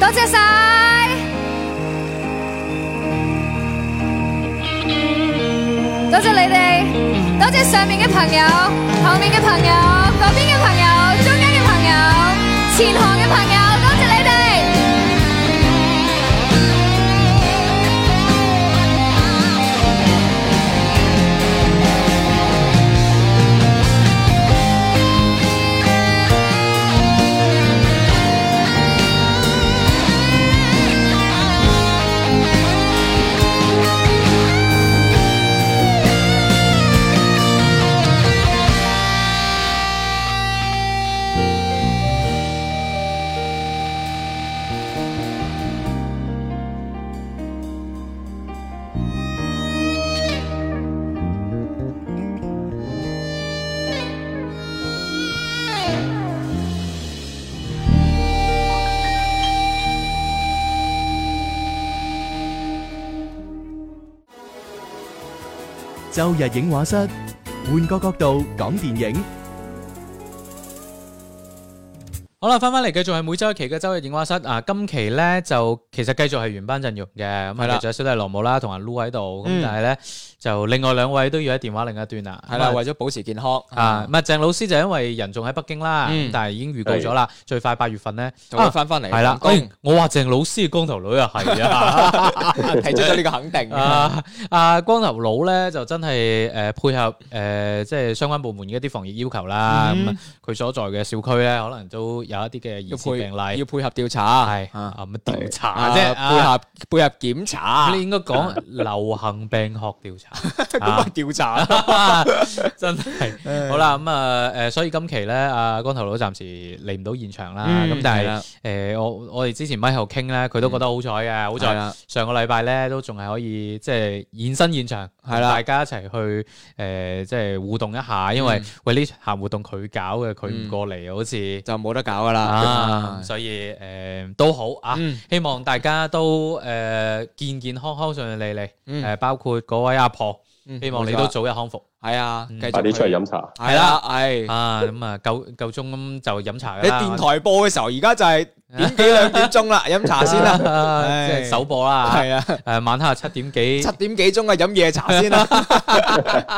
Speaker 2: 多謝晒，多謝你哋，多謝上面嘅朋友、旁邊嘅朋友、嗰邊嘅朋友、中間嘅朋友、前行嘅朋友，多謝你哋。
Speaker 7: 周日影画室，換個角度講電影。
Speaker 3: 好啦，翻翻嚟繼續係每周一期嘅周日影畫室啊，今期咧就其實繼續係原班陣容嘅，咁
Speaker 4: 係啦
Speaker 3: 啊，仲有小弟羅姆啦，同阿 Lu 喺度，咁
Speaker 4: 嗯
Speaker 3: 但係咧就另外兩位都要喺電話另一端啦，
Speaker 4: 係啦，
Speaker 3: 咁啊
Speaker 4: 為咗保持健康
Speaker 3: 啊，唔係鄭老師就因為人仲喺北京啦，
Speaker 4: 嗯
Speaker 3: 咁但係已經預告咗啦，最快八月份咧，
Speaker 4: 就會
Speaker 3: 啊
Speaker 4: 翻翻嚟
Speaker 3: 係啦，
Speaker 4: 當然
Speaker 3: 哦我話鄭老師嘅光頭女啊，係啊。
Speaker 4: 提出咗呢個肯定。
Speaker 3: 啊啊！光頭佬咧就真係誒、呃配合誒、呃即係相關部門嘅一啲防疫要求啦。咁
Speaker 4: 嗯
Speaker 3: 啊佢、所在嘅小區咧，可能都有一啲嘅疑
Speaker 4: 要
Speaker 3: 似
Speaker 4: 配
Speaker 3: 病例
Speaker 4: 要，配合調查，
Speaker 3: 係
Speaker 4: 啊
Speaker 3: 啊咁啊調查
Speaker 4: 啊
Speaker 3: 啫。
Speaker 4: 配
Speaker 3: 啊
Speaker 4: 合配合檢查
Speaker 3: 咁你，應該講 流行病學調查，
Speaker 4: 咁
Speaker 3: 啊
Speaker 4: 啊調查。
Speaker 3: 真 係好啦。咁啊誒，所以今期咧，阿光頭佬暫時嚟唔到現場啦。咁、
Speaker 4: 嗯
Speaker 3: 但
Speaker 4: 係
Speaker 3: 係
Speaker 4: 啦
Speaker 3: 誒、我我哋之前咪後傾咧，佢都覺得好彩嘅，好在
Speaker 4: 嗯係。啦
Speaker 3: 上個禮拜咧都仲係可以即係現身現場，
Speaker 4: 係啦
Speaker 3: 大家一齊去誒、呃即係互動一下，因為、
Speaker 4: 嗯
Speaker 3: 喂呢行活動佢搞嘅，佢唔過嚟、好似
Speaker 4: 就冇得搞噶
Speaker 3: 啊
Speaker 4: 啦，。
Speaker 3: 所以誒、呃都好啊，
Speaker 4: 嗯
Speaker 3: 希望大家都誒、呃健健康康、順順利利，誒、
Speaker 4: 嗯
Speaker 3: 包括嗰位阿婆，
Speaker 4: 嗯
Speaker 3: 希望你
Speaker 4: 冇錯
Speaker 3: 都早日康復
Speaker 4: 係啊，
Speaker 3: 嗯
Speaker 4: 繼續
Speaker 5: 快啲出嚟
Speaker 4: 去
Speaker 5: 飲茶。
Speaker 4: 係啦，係。
Speaker 3: 啊！咁啊夠夠鐘咁就飲茶㗎
Speaker 4: 嗯你
Speaker 3: 啦，
Speaker 4: 電台播嘅時候，而家就係點幾兩點 鐘啦，飲茶先啦。
Speaker 3: 啊
Speaker 4: 唉
Speaker 3: 即係首播啦，
Speaker 4: 係啊，
Speaker 3: 誒晚黑七點幾
Speaker 4: 七點幾鐘啊，飲夜茶先啦。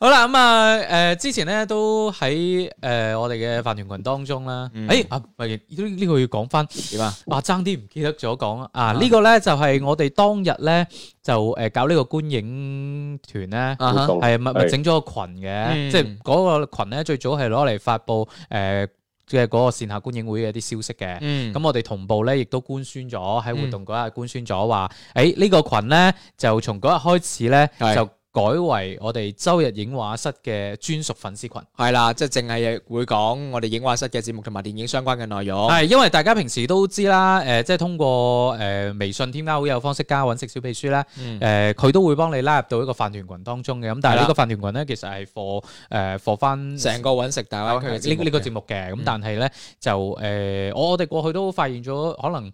Speaker 3: 好啦，咁啊，诶，之前咧都喺诶我哋嘅飯團群當中啦，
Speaker 4: 嗯
Speaker 3: 诶啊，唔係呢呢個要講翻，
Speaker 4: 點啊？
Speaker 3: 啊爭啲唔記得咗講啊啊，呢個咧就係我哋當日咧就诶搞呢個觀影團咧。
Speaker 4: 啊
Speaker 5: 活
Speaker 4: 哈
Speaker 5: 動
Speaker 3: 係咪咪
Speaker 5: 係
Speaker 3: 整咗個群嘅，
Speaker 4: 嗯
Speaker 3: 即係嗰個群咧最早係攞嚟發布诶嘅嗰個線下觀影會嘅啲消息嘅。
Speaker 4: 嗯
Speaker 3: 咁我哋同步咧，亦都官宣咗喺活
Speaker 4: 嗯
Speaker 3: 動嗰日官宣咗話，誒呢個群咧就從嗰日開始咧
Speaker 4: 係
Speaker 3: 就改為我哋周日影畫室嘅專屬粉絲群。
Speaker 4: 係啦，即係淨係會講我哋影畫室嘅節目同埋電影相關嘅內容。
Speaker 3: 係，因為大家平時都知啦，誒、即係通過誒、微信添加好友方式加揾食小秘書咧，誒、
Speaker 4: 嗯
Speaker 3: 佢、都會幫你拉入到一個飯團群當中嘅。咁但係呢
Speaker 4: 係
Speaker 3: 個
Speaker 4: 啦
Speaker 3: 飯團群咧，其實係 for 誒 for 翻
Speaker 4: 成個揾食大灣區嘅節
Speaker 3: 哦呢
Speaker 4: 目
Speaker 3: 呢個節
Speaker 4: 目
Speaker 3: 目嘅，咁
Speaker 4: 嗯
Speaker 3: 但係咧就誒，呃我我哋過去都發現咗可能。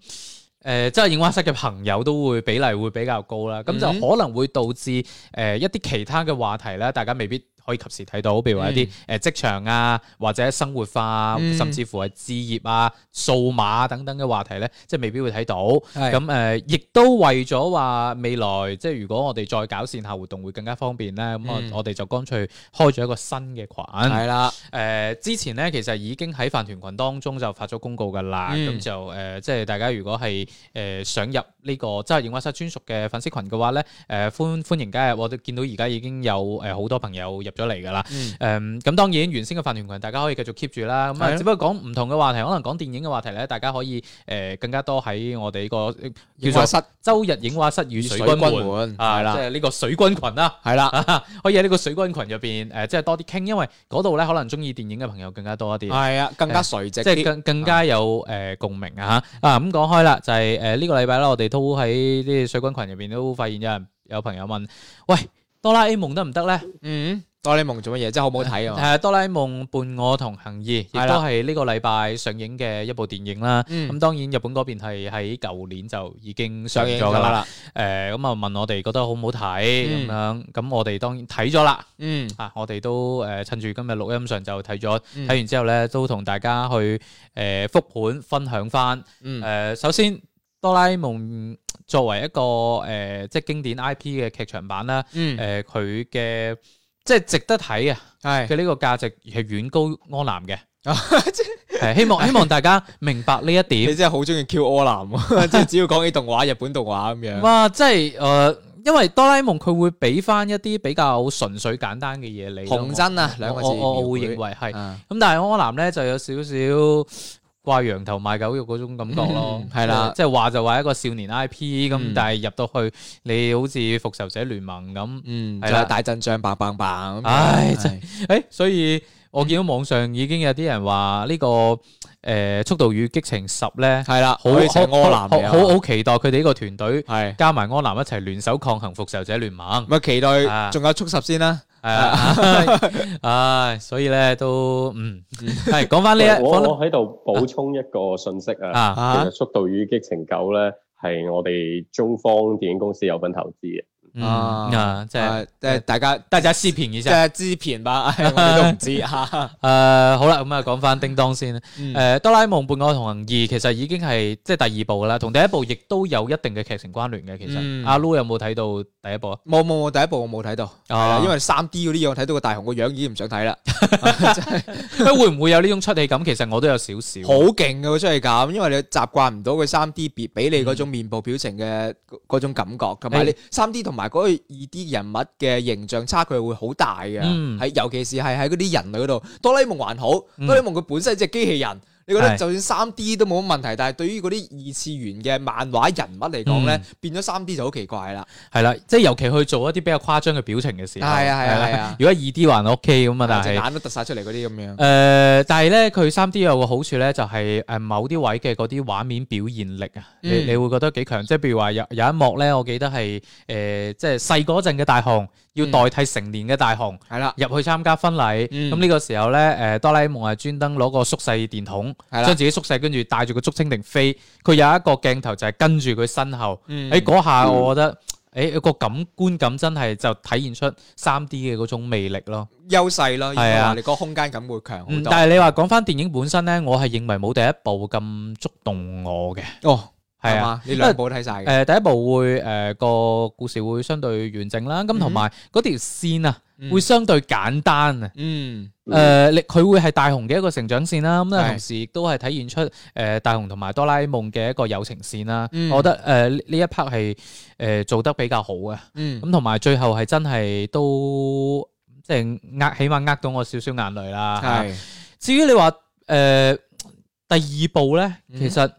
Speaker 3: 誒，即係影畫室嘅朋友都會比例會比較高啦，咁就
Speaker 4: 嗯
Speaker 3: 可能會導致誒、呃一啲其他嘅話題咧，大家未必可以及時睇到，譬如話一啲誒職場啊，或者生活化啊，
Speaker 4: 嗯
Speaker 3: 甚至乎係置業啊、數碼等等嘅話題咧，即係未必會睇到。咁
Speaker 4: 係
Speaker 3: 誒、呃亦都為咗話未來，即係如果我哋再搞線下活動會更加方便咧，咁我、
Speaker 4: 嗯
Speaker 3: 我哋就乾脆開咗一個新嘅群。
Speaker 4: 係啦，
Speaker 3: 誒、之前咧，其實已經喺飯團群當中就發咗公告㗎啦，咁、
Speaker 4: 嗯
Speaker 3: 就誒、即係大家如果係誒、呃想入呢、個即係影畫室專屬嘅粉絲群嘅話咧，誒、歡歡迎加入。我哋見到而家已經有呃誒好、多朋友入咗嚟㗎啦。誒、嗯咁當然原先嘅飯團群大家可以繼續 keep 住啦。咁
Speaker 4: 係
Speaker 3: 啊，
Speaker 4: 啊
Speaker 3: 只不過講唔同嘅話題，可能講電影嘅話題咧，大家可以誒、更加多喺我哋呢個呃叫
Speaker 4: 影畫
Speaker 3: 做
Speaker 4: 室
Speaker 3: 周日影畫室與
Speaker 4: 與
Speaker 3: 水
Speaker 4: 水
Speaker 3: 軍
Speaker 4: 軍
Speaker 3: 們
Speaker 4: 門
Speaker 3: 啊，
Speaker 4: 係
Speaker 3: 即
Speaker 4: 啦，
Speaker 3: 係呢個水軍群啦。
Speaker 4: 係啦，
Speaker 3: 可以喺呢個水軍群入邊誒，即係多啲傾，因為嗰度咧可能中意電影嘅朋友更加多一啲。
Speaker 4: 係啊，更加垂直
Speaker 3: 即係
Speaker 4: 啲。
Speaker 3: 更更加有誒、呃共鳴啊嚇啊咁講開啦，就係誒呢個禮拜啦，我哋都喺啲水軍群入邊都發現有人有朋友問，喂，哆啦 A 夢得唔得咧？
Speaker 4: 嗯，哆啦 A 夢做乜嘢？真係好唔好睇啊？
Speaker 3: 誒哆啦 A 夢伴我同行二，亦都
Speaker 4: 係啦
Speaker 3: 係呢個禮拜上映嘅一部電影啦。
Speaker 4: 嗯
Speaker 3: 咁當然日本嗰邊係喺舊年就已經上
Speaker 4: 上
Speaker 3: 映
Speaker 4: 映
Speaker 3: 咗
Speaker 4: 咗
Speaker 3: 㗎啦。
Speaker 4: 啦，
Speaker 3: 誒咁啊問我哋覺得好唔好睇咁樣，
Speaker 4: 嗯
Speaker 3: 咁我哋當然睇咗啦。
Speaker 4: 嗯，
Speaker 3: 啊，我哋都誒趁住今日錄音上就睇咗，睇
Speaker 4: 嗯
Speaker 3: 完之後咧都同大家去誒復盤分享翻。誒、
Speaker 4: 嗯，
Speaker 3: 首先哆啦 A 夢作為一個誒、呃即係經典 IP 嘅劇場版啦，
Speaker 4: 嗯，
Speaker 3: 誒佢嘅即係值得睇啊！
Speaker 4: 係
Speaker 3: 佢呢個價值係遠高柯 南嘅，係希望希望大家明白呢一
Speaker 4: 你
Speaker 3: 點。
Speaker 4: 真係好中意 Q 柯南喎， 即係只要講起動畫、日本動畫咁樣。
Speaker 3: 哇！即係誒、呃因為哆啦 A 夢佢會俾翻一啲比較純粹簡單嘅嘢你咯。
Speaker 4: 童真啊，
Speaker 3: 我
Speaker 4: 兩個字
Speaker 3: 我我我會
Speaker 4: 描
Speaker 3: 認
Speaker 4: 繪
Speaker 3: 為係。
Speaker 4: 啊
Speaker 3: 咁但係柯南咧就有少少掛羊頭賣狗肉嗰種感覺咯
Speaker 4: 嗯，係啦
Speaker 3: 即係話就話一個少年 IP 咁，
Speaker 4: 嗯
Speaker 3: 但係入到去你好似復仇者聯盟咁，
Speaker 4: 嗯，
Speaker 3: 係
Speaker 4: 係
Speaker 3: 啦
Speaker 4: 啦，大陣仗棒棒棒，
Speaker 3: 唉真
Speaker 4: 真
Speaker 3: 誒，所以我見到網上已經有啲人話呢個誒速度與激情十咧，
Speaker 4: 係啦，
Speaker 3: 好
Speaker 4: 可以請
Speaker 3: 好
Speaker 4: 柯南
Speaker 3: 好
Speaker 4: 嘅
Speaker 3: 好好期待佢哋呢個團隊
Speaker 4: 係，
Speaker 3: 加埋柯南一齊聯手抗衡復仇者 聯盟，
Speaker 4: 咪期
Speaker 3: 啊
Speaker 4: 待仲有速十先啦，
Speaker 3: 係啊，唉，所以咧都嗯 係講翻呢一
Speaker 5: 我
Speaker 3: 講
Speaker 5: 我喺度補充一個信息啊。
Speaker 3: 啊
Speaker 5: 其
Speaker 4: 啊
Speaker 5: 實《速度與激情九》咧係我哋中方電影公司有份投資嘅。
Speaker 3: 嗯
Speaker 4: 啊
Speaker 3: 啊，即係
Speaker 4: 啊即係大家
Speaker 3: 大家思片一
Speaker 4: 即
Speaker 3: 下。
Speaker 4: 係支片吧， 唉我哋都唔知吓，
Speaker 3: 誒、好啦，咁啊講翻叮當先啦。誒、
Speaker 4: 嗯
Speaker 3: 哆啦 A 夢伴我同行二其實已經係即係第二部噶啦，同第一部亦都有一定嘅劇情關聯嘅。其實、
Speaker 4: 嗯
Speaker 3: 阿 Lu 有冇睇到第一部啊？
Speaker 4: 冇冇冇，第一部我冇睇到，係啦，因為三 D 嗰啲嘢我睇到個大雄個樣已經唔想睇啦，
Speaker 3: 誒會唔會有呢種出戲感？其實我都有少少。
Speaker 4: 好勁嘅佢出嚟咁，因為你習慣唔到佢三 D 別俾你嗰種面部表情嘅嗰嗰種感覺，同埋你三 D 同埋嗰個二 D 人物嘅形象差距會好大嘅，
Speaker 3: 嗯
Speaker 4: 係尤其是係喺嗰啲人類嗰度，哆啦 A 夢還好，
Speaker 3: 嗯
Speaker 4: 哆啦 A 夢佢本身係隻機器人。你覺
Speaker 3: 係
Speaker 4: 得就算三 D 都冇乜問題，但係對於嗰啲二次元嘅漫畫人物嚟講咧
Speaker 3: 嗯，
Speaker 4: 變咗三 D 就好奇怪啦。
Speaker 3: 係啦，即係尤其去做一啲比較誇張嘅表情嘅時候。
Speaker 4: 係啊係啊
Speaker 3: 啦
Speaker 4: 係啊
Speaker 3: 如果二 D 還 OK 咁啊，但
Speaker 4: 隻
Speaker 3: 係。
Speaker 4: 眼都突晒出嚟嗰啲咁樣
Speaker 3: 誒、。但係咧，佢三 D 有個好處咧，就係、誒某啲位嘅嗰啲畫面表現力啊，你
Speaker 4: 嗯
Speaker 3: 你會覺得幾強。即係譬如話有有一幕咧，我記得係誒、即係細嗰陣嘅大雄要
Speaker 4: 嗯
Speaker 3: 代替成年嘅大雄。
Speaker 4: 係啦，
Speaker 3: 入去參加婚禮，
Speaker 4: 嗯
Speaker 3: 咁呢、個時候咧，誒哆啦 A 夢係專登攞個縮細電筒，
Speaker 4: 係啦
Speaker 3: 將自己縮細，跟住帶住個竹蜻蜓飛。佢有一個鏡頭就係跟住佢身後，
Speaker 4: 嗯
Speaker 3: 喺嗰、下我覺得，誒、個感觀感真係就體現出三 D 嘅嗰種魅力咯。
Speaker 4: 優勢咯，應
Speaker 3: 係
Speaker 4: 該
Speaker 3: 啊
Speaker 4: 話你個空間感會強好
Speaker 3: 嗯，
Speaker 4: 多。
Speaker 3: 但係你話講翻電影本身咧，我係認為冇第一部咁觸動我嘅，
Speaker 4: 哦，
Speaker 3: 係
Speaker 4: 係
Speaker 3: 啊。
Speaker 4: 啊，你兩部都睇晒
Speaker 3: 誒、
Speaker 4: 嘅。
Speaker 3: 第一部會誒、個故事會相對完整啦，咁同埋嗰條線啊、
Speaker 4: 嗯
Speaker 3: 會相對簡單啊。
Speaker 4: 嗯
Speaker 3: 誒、你佢會係大雄嘅一個成長線啦，咁咧
Speaker 4: 係
Speaker 3: 同時亦都係體現出誒、大雄同埋哆啦 A 夢嘅一個友情線啦。
Speaker 4: 嗯
Speaker 3: 我覺得誒呢、呢一 part 係誒做得比較好嘅，
Speaker 4: 嗯
Speaker 3: 咁同埋最後係真係都即係呃，起碼呃到我少少眼淚啦。
Speaker 4: 係
Speaker 3: 至於你話誒、呃第二部咧，
Speaker 4: 嗯
Speaker 3: 其實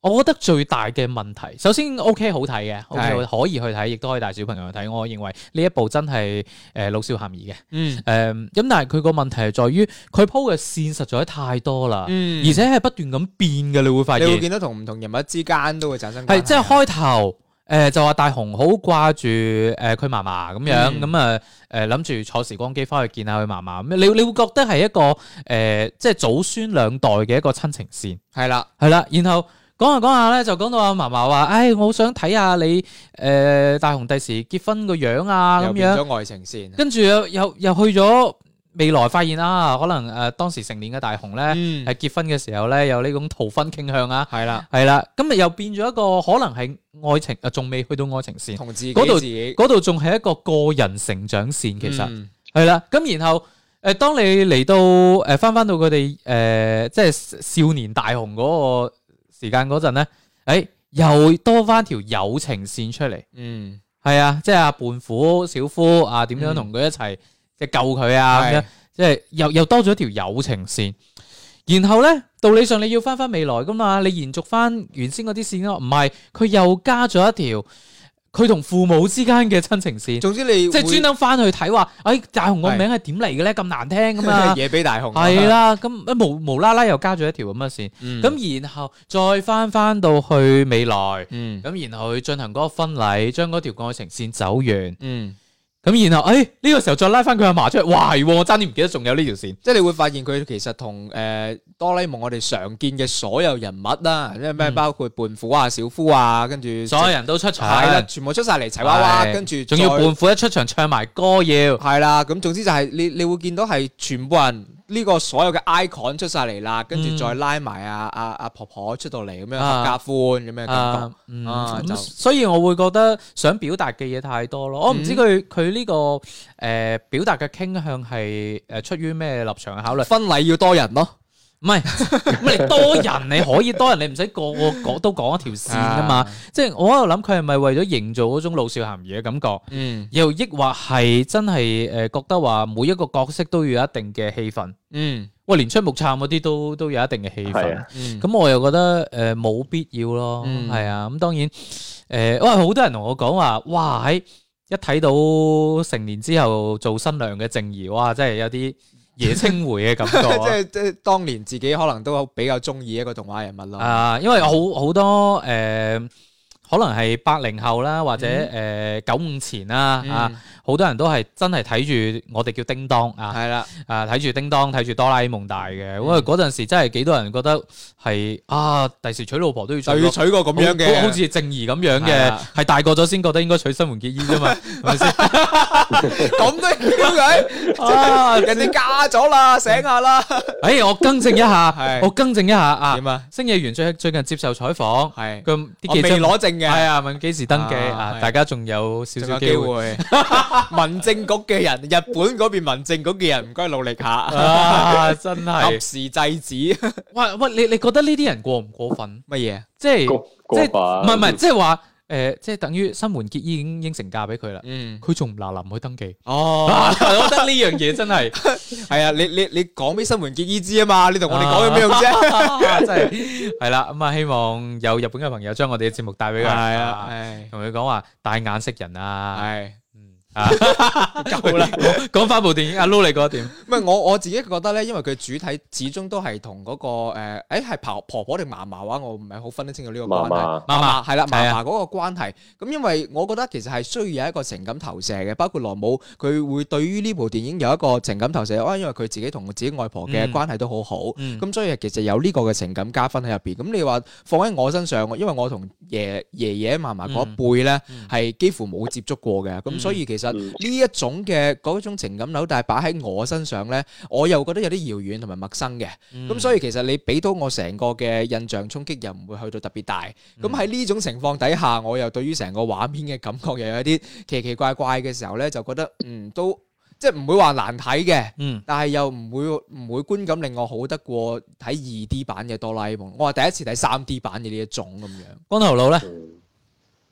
Speaker 3: 我覺得最大嘅問題，首先 OK 好睇嘅，OK
Speaker 4: 係
Speaker 3: 可以去睇，亦都可以帶小朋友去睇。我認為呢一部真係誒、呃老少咸宜嘅。
Speaker 4: 嗯
Speaker 3: 誒咁、但係佢個問題係在於佢鋪嘅線實在太多啦，
Speaker 4: 嗯
Speaker 3: 而且係不斷咁變嘅，你會發
Speaker 4: 你會
Speaker 3: 現
Speaker 4: 見到同唔同人物之間都會產生關係啊
Speaker 3: 係即係開頭。誒、就話大雄好掛住誒佢嫲嫲咁樣，
Speaker 4: 嗯
Speaker 3: 咁啊誒諗住坐時光機翻去見下佢嫲嫲，咁你你會覺得係一個誒、呃即係祖孫兩代嘅一個親情線，
Speaker 4: 係啦，
Speaker 3: 係啦。然後講下講下咧，就講到阿嫲嫲話：，唉、我好想睇下你誒、呃大雄第時結婚個樣啊咁
Speaker 4: 又
Speaker 3: 樣
Speaker 4: 變。咗愛情線。啊
Speaker 3: 跟住又又又去咗未來，發現啊，可能誒、呃、當時成年嘅大雄咧，係、
Speaker 4: 嗯
Speaker 3: 結婚嘅時候咧有呢種逃婚傾向啊，
Speaker 4: 係啦，
Speaker 3: 係啦，咁咪又變咗一個可能係愛情啊，仲未去到愛情線，
Speaker 4: 同自己
Speaker 3: 嗰度
Speaker 4: 自己
Speaker 3: 嗰度仲係一個個人成長線，其實
Speaker 4: 嗯
Speaker 3: 係啦，咁然後。誒，當你嚟到誒翻翻到佢哋誒，即係少年大雄嗰個時間嗰陣咧，誒、又多翻條友情線出嚟，
Speaker 4: 嗯
Speaker 3: 係啊，即係阿胖虎、小夫啊，點樣同佢一齊即係救佢啊咁樣
Speaker 4: 係，
Speaker 3: 即係又又多咗一條友情線。然後咧，道理上你要翻翻未來噶嘛，你延續翻原先嗰啲線咯，唔係佢又加咗一條佢同父母之間嘅親情線，
Speaker 4: 總之你
Speaker 3: 嗯即係專
Speaker 4: 登
Speaker 3: 登翻去睇話，哎，大雄個名係點嚟嘅咧？咁難聽咁 啊，
Speaker 4: 嘢俾大雄。
Speaker 3: 係，啦，咁無無啦啦又加咗一條咁嘅線，
Speaker 4: 咁
Speaker 3: 咁然後再翻翻到去未來。
Speaker 4: 嗯
Speaker 3: 咁然後去進行嗰個婚禮，將嗰條愛情線走完。
Speaker 4: 嗯
Speaker 3: 咁然後哎诶呢、個時候再拉翻佢阿嫲出嚟，哇係喎，我爭啲唔記得仲有呢條線。
Speaker 4: 即係你會發現佢其實同誒哆啦 A 夢我哋常見嘅所有人物啦，即係咩
Speaker 3: 嗯
Speaker 4: 包括胖虎啊、小夫啊，跟住
Speaker 3: 所有人都出場，
Speaker 4: 係啦，全部出晒嚟齊娃娃，
Speaker 3: 係
Speaker 4: 跟住
Speaker 3: 仲要
Speaker 4: 再
Speaker 3: 胖虎一出場唱埋歌要。
Speaker 4: 係啦，咁總之就係你你會見到係全部人呢個所有嘅 icon 出晒嚟啦，跟住
Speaker 3: 嗯
Speaker 4: 再拉埋阿阿阿婆婆出到嚟咁樣
Speaker 3: 啊
Speaker 4: 合家歡咁樣感
Speaker 3: 啊
Speaker 4: 覺。，
Speaker 3: 嗯
Speaker 4: 啊
Speaker 3: 咁
Speaker 4: 就
Speaker 3: 所以我會覺得想表達嘅嘢太多咯。我唔知
Speaker 4: 嗯
Speaker 3: 佢佢呢個诶表達嘅傾向係诶出於咩立場嘅考慮。
Speaker 4: 婚禮要多人咯，
Speaker 3: 唔 係，咁你多人你可以多人，你唔使個個講都講一條線噶嘛。
Speaker 4: 啊
Speaker 3: 即係我喺度諗，佢係咪為咗營造嗰種老少咸宜嘅啊感覺，
Speaker 4: 嗯
Speaker 3: 又抑或係真係诶觉得話每一個角色都要有一定嘅氣氛？
Speaker 4: 嗯
Speaker 3: 喂，連出木杉嗰啲都都有一定嘅氣
Speaker 5: 係
Speaker 3: 氛
Speaker 5: 啊。
Speaker 4: 嗯，
Speaker 3: 咁我又覺得誒冇、必要咯，係、
Speaker 4: 嗯
Speaker 3: 啊，咁當然誒，哇、好多人同我講話，哇喺一睇到成年之後做新娘嘅靜怡，哇，真係有啲野青回嘅感
Speaker 4: 即
Speaker 3: 覺啊
Speaker 4: 係即係當年自己可能都比較中意一個動畫人物咯。
Speaker 3: 啊，因為好好多誒、呃可能係八零後啦，或者誒九五前啦，啊，
Speaker 4: 嗯，
Speaker 3: 好多人都係真係睇住我哋叫叮當啊。
Speaker 4: 係嗯啦，
Speaker 3: 啊睇住叮當睇住哆啦 A 夢大嘅，因為嗰陣時真係幾多人覺得係啊，第時娶老婆都要娶
Speaker 4: 就
Speaker 3: 個
Speaker 4: 要娶個咁樣嘅，
Speaker 3: 好好似正義咁樣
Speaker 4: 係
Speaker 3: 嘅
Speaker 4: 啊，
Speaker 3: 係大個咗先覺得應該娶新垣結衣 啫嘛，係咪先？
Speaker 4: 咁都叫 佢，
Speaker 3: 啊，
Speaker 4: 人哋嫁咗啦，醒下啦。
Speaker 3: 哎，我更正一下，
Speaker 4: 係
Speaker 3: 我更正一下啊，
Speaker 4: 點啊？
Speaker 3: 星野源最最近接受採訪，
Speaker 4: 係
Speaker 3: 佢
Speaker 4: 我
Speaker 3: 啲記
Speaker 4: 未
Speaker 3: 者
Speaker 4: 攞
Speaker 3: 係
Speaker 4: 證嘅，
Speaker 3: 啊，問幾時登記
Speaker 4: 啊
Speaker 3: 啊？
Speaker 4: 係
Speaker 3: 大家仲有少
Speaker 4: 仲
Speaker 3: 少
Speaker 4: 有
Speaker 3: 機
Speaker 4: 機
Speaker 3: 會。
Speaker 4: 會。 民政局嘅人，日本嗰邊民政局嘅人，唔該努力 下，
Speaker 3: 啊！真
Speaker 4: 及
Speaker 3: 係，
Speaker 4: 時制止
Speaker 3: 喂喂，你你覺得呢啲人過唔過分？
Speaker 4: 乜嘢？
Speaker 3: 即係
Speaker 5: 過
Speaker 3: 即
Speaker 5: 過
Speaker 3: 係
Speaker 5: 分
Speaker 3: 唔係唔
Speaker 5: 嗯
Speaker 3: 係，即係話誒，即係等於新垣結衣已經應承嫁俾佢啦，
Speaker 4: 嗯，
Speaker 3: 佢仲唔嗱臨去登記？
Speaker 4: 哦，
Speaker 3: 啊 我覺得呢樣嘢真係。
Speaker 4: 係啊，你你你講俾新垣結衣知啊嘛，你同我哋講有咩用啫？
Speaker 3: 啊真系系啦，咁啊，希望有日本嘅朋友將我哋嘅節目帶俾佢，
Speaker 4: 係啊，，係
Speaker 3: 同佢講話帶眼識人啊，
Speaker 4: 係。
Speaker 3: 嗯啊，够啦， 講翻部電影，阿 Lu 你覺得點？
Speaker 4: 唔係我我自己覺得咧，因為佢主體始終都係同嗰個誒，誒係婆婆婆定嫲嫲話，我唔係好分得清楚呢個關係。
Speaker 5: 嫲嫲
Speaker 3: 嫲嫲
Speaker 4: 係啦，
Speaker 3: 係
Speaker 4: 嫲
Speaker 3: 啊
Speaker 4: 嫲嗰個關係。咁因為我覺得其實係需要有一個情感投射嘅，包括羅姆佢會對於呢部電影有一個情感投射，啊，因為佢自己同自己外婆嘅
Speaker 3: 嗯
Speaker 4: 關係都好好。
Speaker 3: 嗯
Speaker 4: 咁所以其實有呢個嘅情感加分喺入邊。咁你話放喺我身上，因為我同爺爺爺嫲嫲嗰一輩咧
Speaker 3: 嗯
Speaker 4: 係幾乎冇接觸過嘅，咁
Speaker 3: 嗯
Speaker 4: 所以其實
Speaker 5: 嗯
Speaker 4: 呢一種嘅嗰種情感紐帶擺喺我身上咧，我又覺得有啲遙遠同埋陌生嘅。
Speaker 3: 嗯
Speaker 4: 咁所以其實你俾到我成個嘅印象衝擊又唔會去到特別大。咁喺呢種情況底下，我又對於成個畫面嘅感覺又有啲奇奇怪怪嘅時候咧，就覺得嗯都即係唔會話難睇嘅。
Speaker 3: 嗯
Speaker 4: 但係又唔會唔會觀感令我好得過睇二 D 版嘅哆啦 A 夢，我係第一次睇三 D 版嘅呢一種咁樣。
Speaker 3: 光頭佬咧，
Speaker 5: 嗯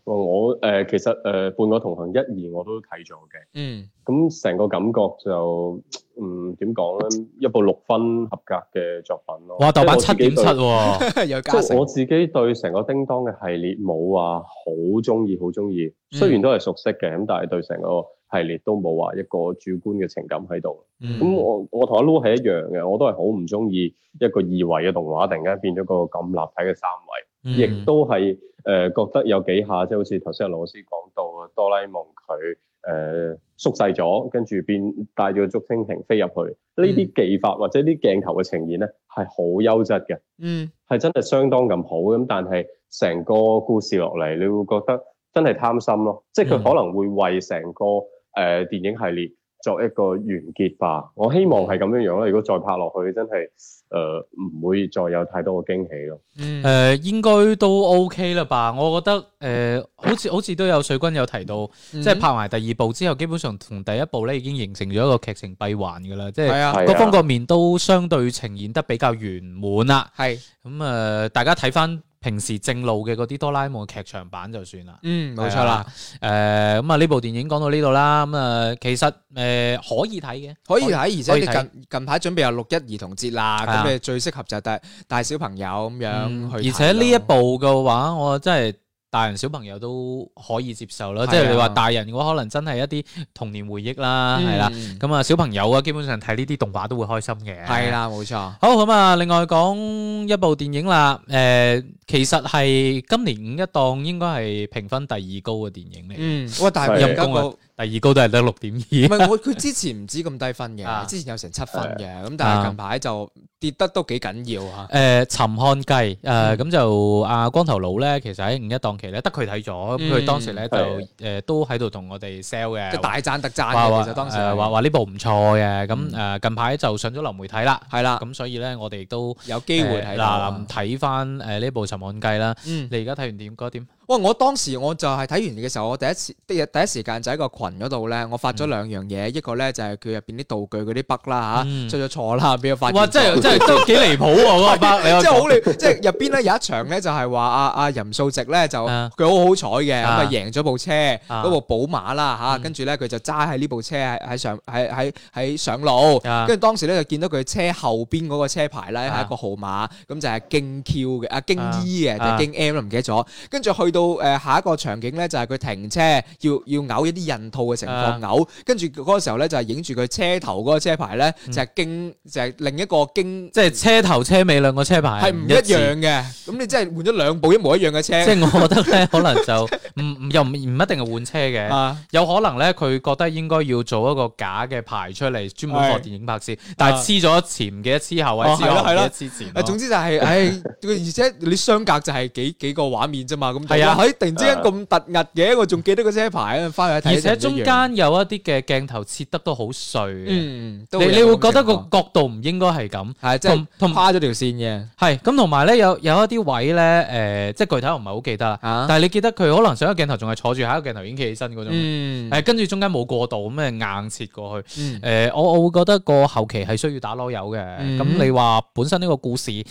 Speaker 5: 我誒、呃其實誒、呃伴我同行一二我都睇咗嘅，
Speaker 4: 嗯
Speaker 5: 咁成個感覺就嗯點講咧，一部六分合格嘅作品咯。
Speaker 3: 哇，豆瓣
Speaker 5: 即係
Speaker 3: 七
Speaker 5: 我自
Speaker 3: 點
Speaker 5: 己
Speaker 3: 七
Speaker 5: 對
Speaker 3: 喎，
Speaker 4: 有
Speaker 5: 即
Speaker 4: 加
Speaker 5: 係
Speaker 4: 成
Speaker 5: 我，自己對成個叮當嘅系列冇話好中意，好中意。
Speaker 4: 嗯
Speaker 5: 雖然都係熟悉嘅，咁但係對成個系列都冇話一個主觀嘅情感喺度。
Speaker 4: 嗯
Speaker 5: 咁我我同阿 Lu 係一樣嘅，我都係好唔中意一個二維嘅動畫，突然間變咗個咁立體嘅三維。
Speaker 3: 嗯
Speaker 5: 亦都係誒、呃、覺得有幾下，即係好似頭先阿羅老師講到哆啦 A 夢佢誒、呃縮細咗，跟住變帶咗個竹蜻蜓飛入去，呢啲技法或者啲鏡頭嘅呈現咧係好優質嘅，
Speaker 4: 嗯
Speaker 5: 係真係相當咁好咁，但係成個故事落嚟，你會覺得真係貪心咯，即係佢
Speaker 3: 嗯
Speaker 5: 可能會為成個誒、呃、電影系列。作一個完結吧，我希望係咁樣樣啦。如果再拍落去，真係誒唔會再有太多嘅驚喜咯。
Speaker 4: 嗯
Speaker 3: 誒呃應該都 OK 啦吧？我覺得誒，好似好似都有水軍有提到，
Speaker 4: 嗯
Speaker 3: 即係拍埋第二部之後，基本上同第一部咧已經形成咗一個劇情閉環㗎啦，即係
Speaker 4: 係。啊
Speaker 5: 係
Speaker 3: 各方
Speaker 5: 啊
Speaker 3: 各面都相對呈現得比較圓滿啦。
Speaker 4: 係
Speaker 3: 咁誒、呃大家睇翻平時正路嘅嗰啲哆啦 A 夢嘅劇場版就算啦。
Speaker 4: 嗯冇錯啦，
Speaker 3: 係啊。誒咁啊，呢部電影講到呢度啦。咁、啊，其實誒、呃可以睇嘅，
Speaker 4: 可以睇，而且你
Speaker 3: 可以睇
Speaker 4: 近近排準備有六一兒童節啦，
Speaker 3: 係啊
Speaker 4: 咁你最適合就係帶帶小朋友咁
Speaker 3: 嗯
Speaker 4: 樣去睇咯。
Speaker 3: 而且呢一部嘅話，我真係。大人小朋友都可以接受啦，
Speaker 4: 係啊
Speaker 3: 即係你話大人嘅話，可能真係一啲童年回憶啦，係啦、
Speaker 4: 嗯
Speaker 3: 咁啊，小朋友啊，基本上睇呢啲動畫都會開心嘅。
Speaker 4: 係啦，冇錯。
Speaker 3: 好咁啊！另外講一部電影啦，诶、其實係今年五一檔應該係評分第二高嘅電影嚟。
Speaker 4: 嗯，哇！但係而
Speaker 5: 係
Speaker 4: 家
Speaker 3: 陰公
Speaker 4: 個
Speaker 3: 啊第二高都係得六點
Speaker 4: 唔
Speaker 3: 二。
Speaker 4: 係我佢之前唔止咁低 分
Speaker 3: 啊
Speaker 4: 嘅，之前有成七分嘅，咁但係近排就跌得都幾緊要啊。
Speaker 3: 誒尋漢計誒咁就阿光頭佬咧，其實喺五一檔期咧，得佢睇咗，咁佢
Speaker 4: 嗯
Speaker 3: 當時咧就
Speaker 5: 係
Speaker 3: 誒都喺度同我哋 sell 嘅
Speaker 4: 即係，大讚特讚
Speaker 3: 啊話話
Speaker 4: 嘅，其實當時
Speaker 3: 誒話話呢部唔錯嘅，咁誒
Speaker 4: 嗯
Speaker 3: 近排就上咗流媒體啦，
Speaker 4: 係啦，
Speaker 3: 咁所以咧我哋亦都
Speaker 4: 有機會睇
Speaker 3: 誒
Speaker 4: 到啊
Speaker 3: 嗱，睇翻誒呢部尋漢計啦，
Speaker 4: 嗯。
Speaker 3: 你而家睇完點覺得點？
Speaker 4: 哇！我當時我就係睇完嘅時候，我第一次第一第一時間就喺個群嗰度咧，我發
Speaker 3: 嗯
Speaker 4: 咗兩樣嘢，一個咧就係佢入邊啲道具嗰啲筆啦
Speaker 3: 嗯
Speaker 4: 嚇，出咗錯啦，俾我發現咗。
Speaker 3: 哇！真係真係都幾離譜喎， 嗰個包你話
Speaker 4: 即係好亂，即係入邊咧有一場咧就係話阿阿任素汐咧就
Speaker 3: 啊
Speaker 4: 佢好好彩嘅，咁
Speaker 3: 啊
Speaker 4: 啊贏咗部車嗰部寶馬啦吓，
Speaker 3: 嗯
Speaker 4: 跟住咧佢就揸喺呢部車喺喺上喺喺喺上路，
Speaker 3: 啊
Speaker 4: 跟住當時咧就見到佢車後邊嗰個車牌咧
Speaker 3: 啊
Speaker 4: 係一個號碼，咁就係京 Q 嘅啊京
Speaker 3: 啊
Speaker 4: E 嘅
Speaker 3: 啊
Speaker 4: 定京 M 啦唔記得咗，跟住去到誒下一個場景咧就係佢停車要要嘔一啲孕吐嘅情
Speaker 3: 啊
Speaker 4: 況嘔，跟住嗰個時候咧就係影住佢車頭嗰個車牌咧
Speaker 3: 嗯
Speaker 4: 就係京就係另一個京。
Speaker 3: 即係車頭車尾兩個車牌
Speaker 4: 係唔一
Speaker 3: 致
Speaker 4: 樣嘅。咁你真係換咗兩部一模一樣嘅車，
Speaker 3: 即係我覺得咧，可能 就唔唔又唔唔一定係換車嘅，
Speaker 4: 啊，
Speaker 3: 有可能咧佢覺得應該要做一個假嘅牌出嚟，專門放
Speaker 4: 係啊
Speaker 3: 電影拍攝，但係黐咗前唔記得黐後，或者
Speaker 4: 哦
Speaker 3: 黐
Speaker 4: 係啦
Speaker 3: 後唔記得黐前
Speaker 4: 啊
Speaker 3: 咯。
Speaker 4: 總之就係，唉，而且你相隔就係幾幾個畫面啫嘛，咁
Speaker 3: 係啊
Speaker 4: 喺突然之間咁突兀嘅，我仲記得個車牌啊，翻去睇
Speaker 3: 而
Speaker 4: 就唔一樣
Speaker 3: 且中，間有一啲嘅鏡頭切得都好碎嘅，
Speaker 4: 嗯，都
Speaker 3: 你你
Speaker 4: 有
Speaker 3: 會
Speaker 4: 咁嘅
Speaker 3: 覺得
Speaker 4: 情
Speaker 3: 個
Speaker 4: 況
Speaker 3: 角度唔應該係咁。
Speaker 4: 係即係
Speaker 3: 同同
Speaker 4: 跨咗條線嘅，
Speaker 3: 係咁，同埋咧有有一啲位咧，誒、即係具體我唔係好記得啦。
Speaker 4: 啊
Speaker 3: 但係你記得佢可能上一個鏡頭仲係坐住，下一個鏡頭已經企起身嗰種。誒、
Speaker 4: 嗯，
Speaker 3: 跟住中間冇過渡咁誒硬切過去。
Speaker 4: 嗯
Speaker 3: 誒、呃我我會覺得個後期係需要打攞油嘅。
Speaker 4: 嗯
Speaker 3: 咁、你話本身呢個故事，誒、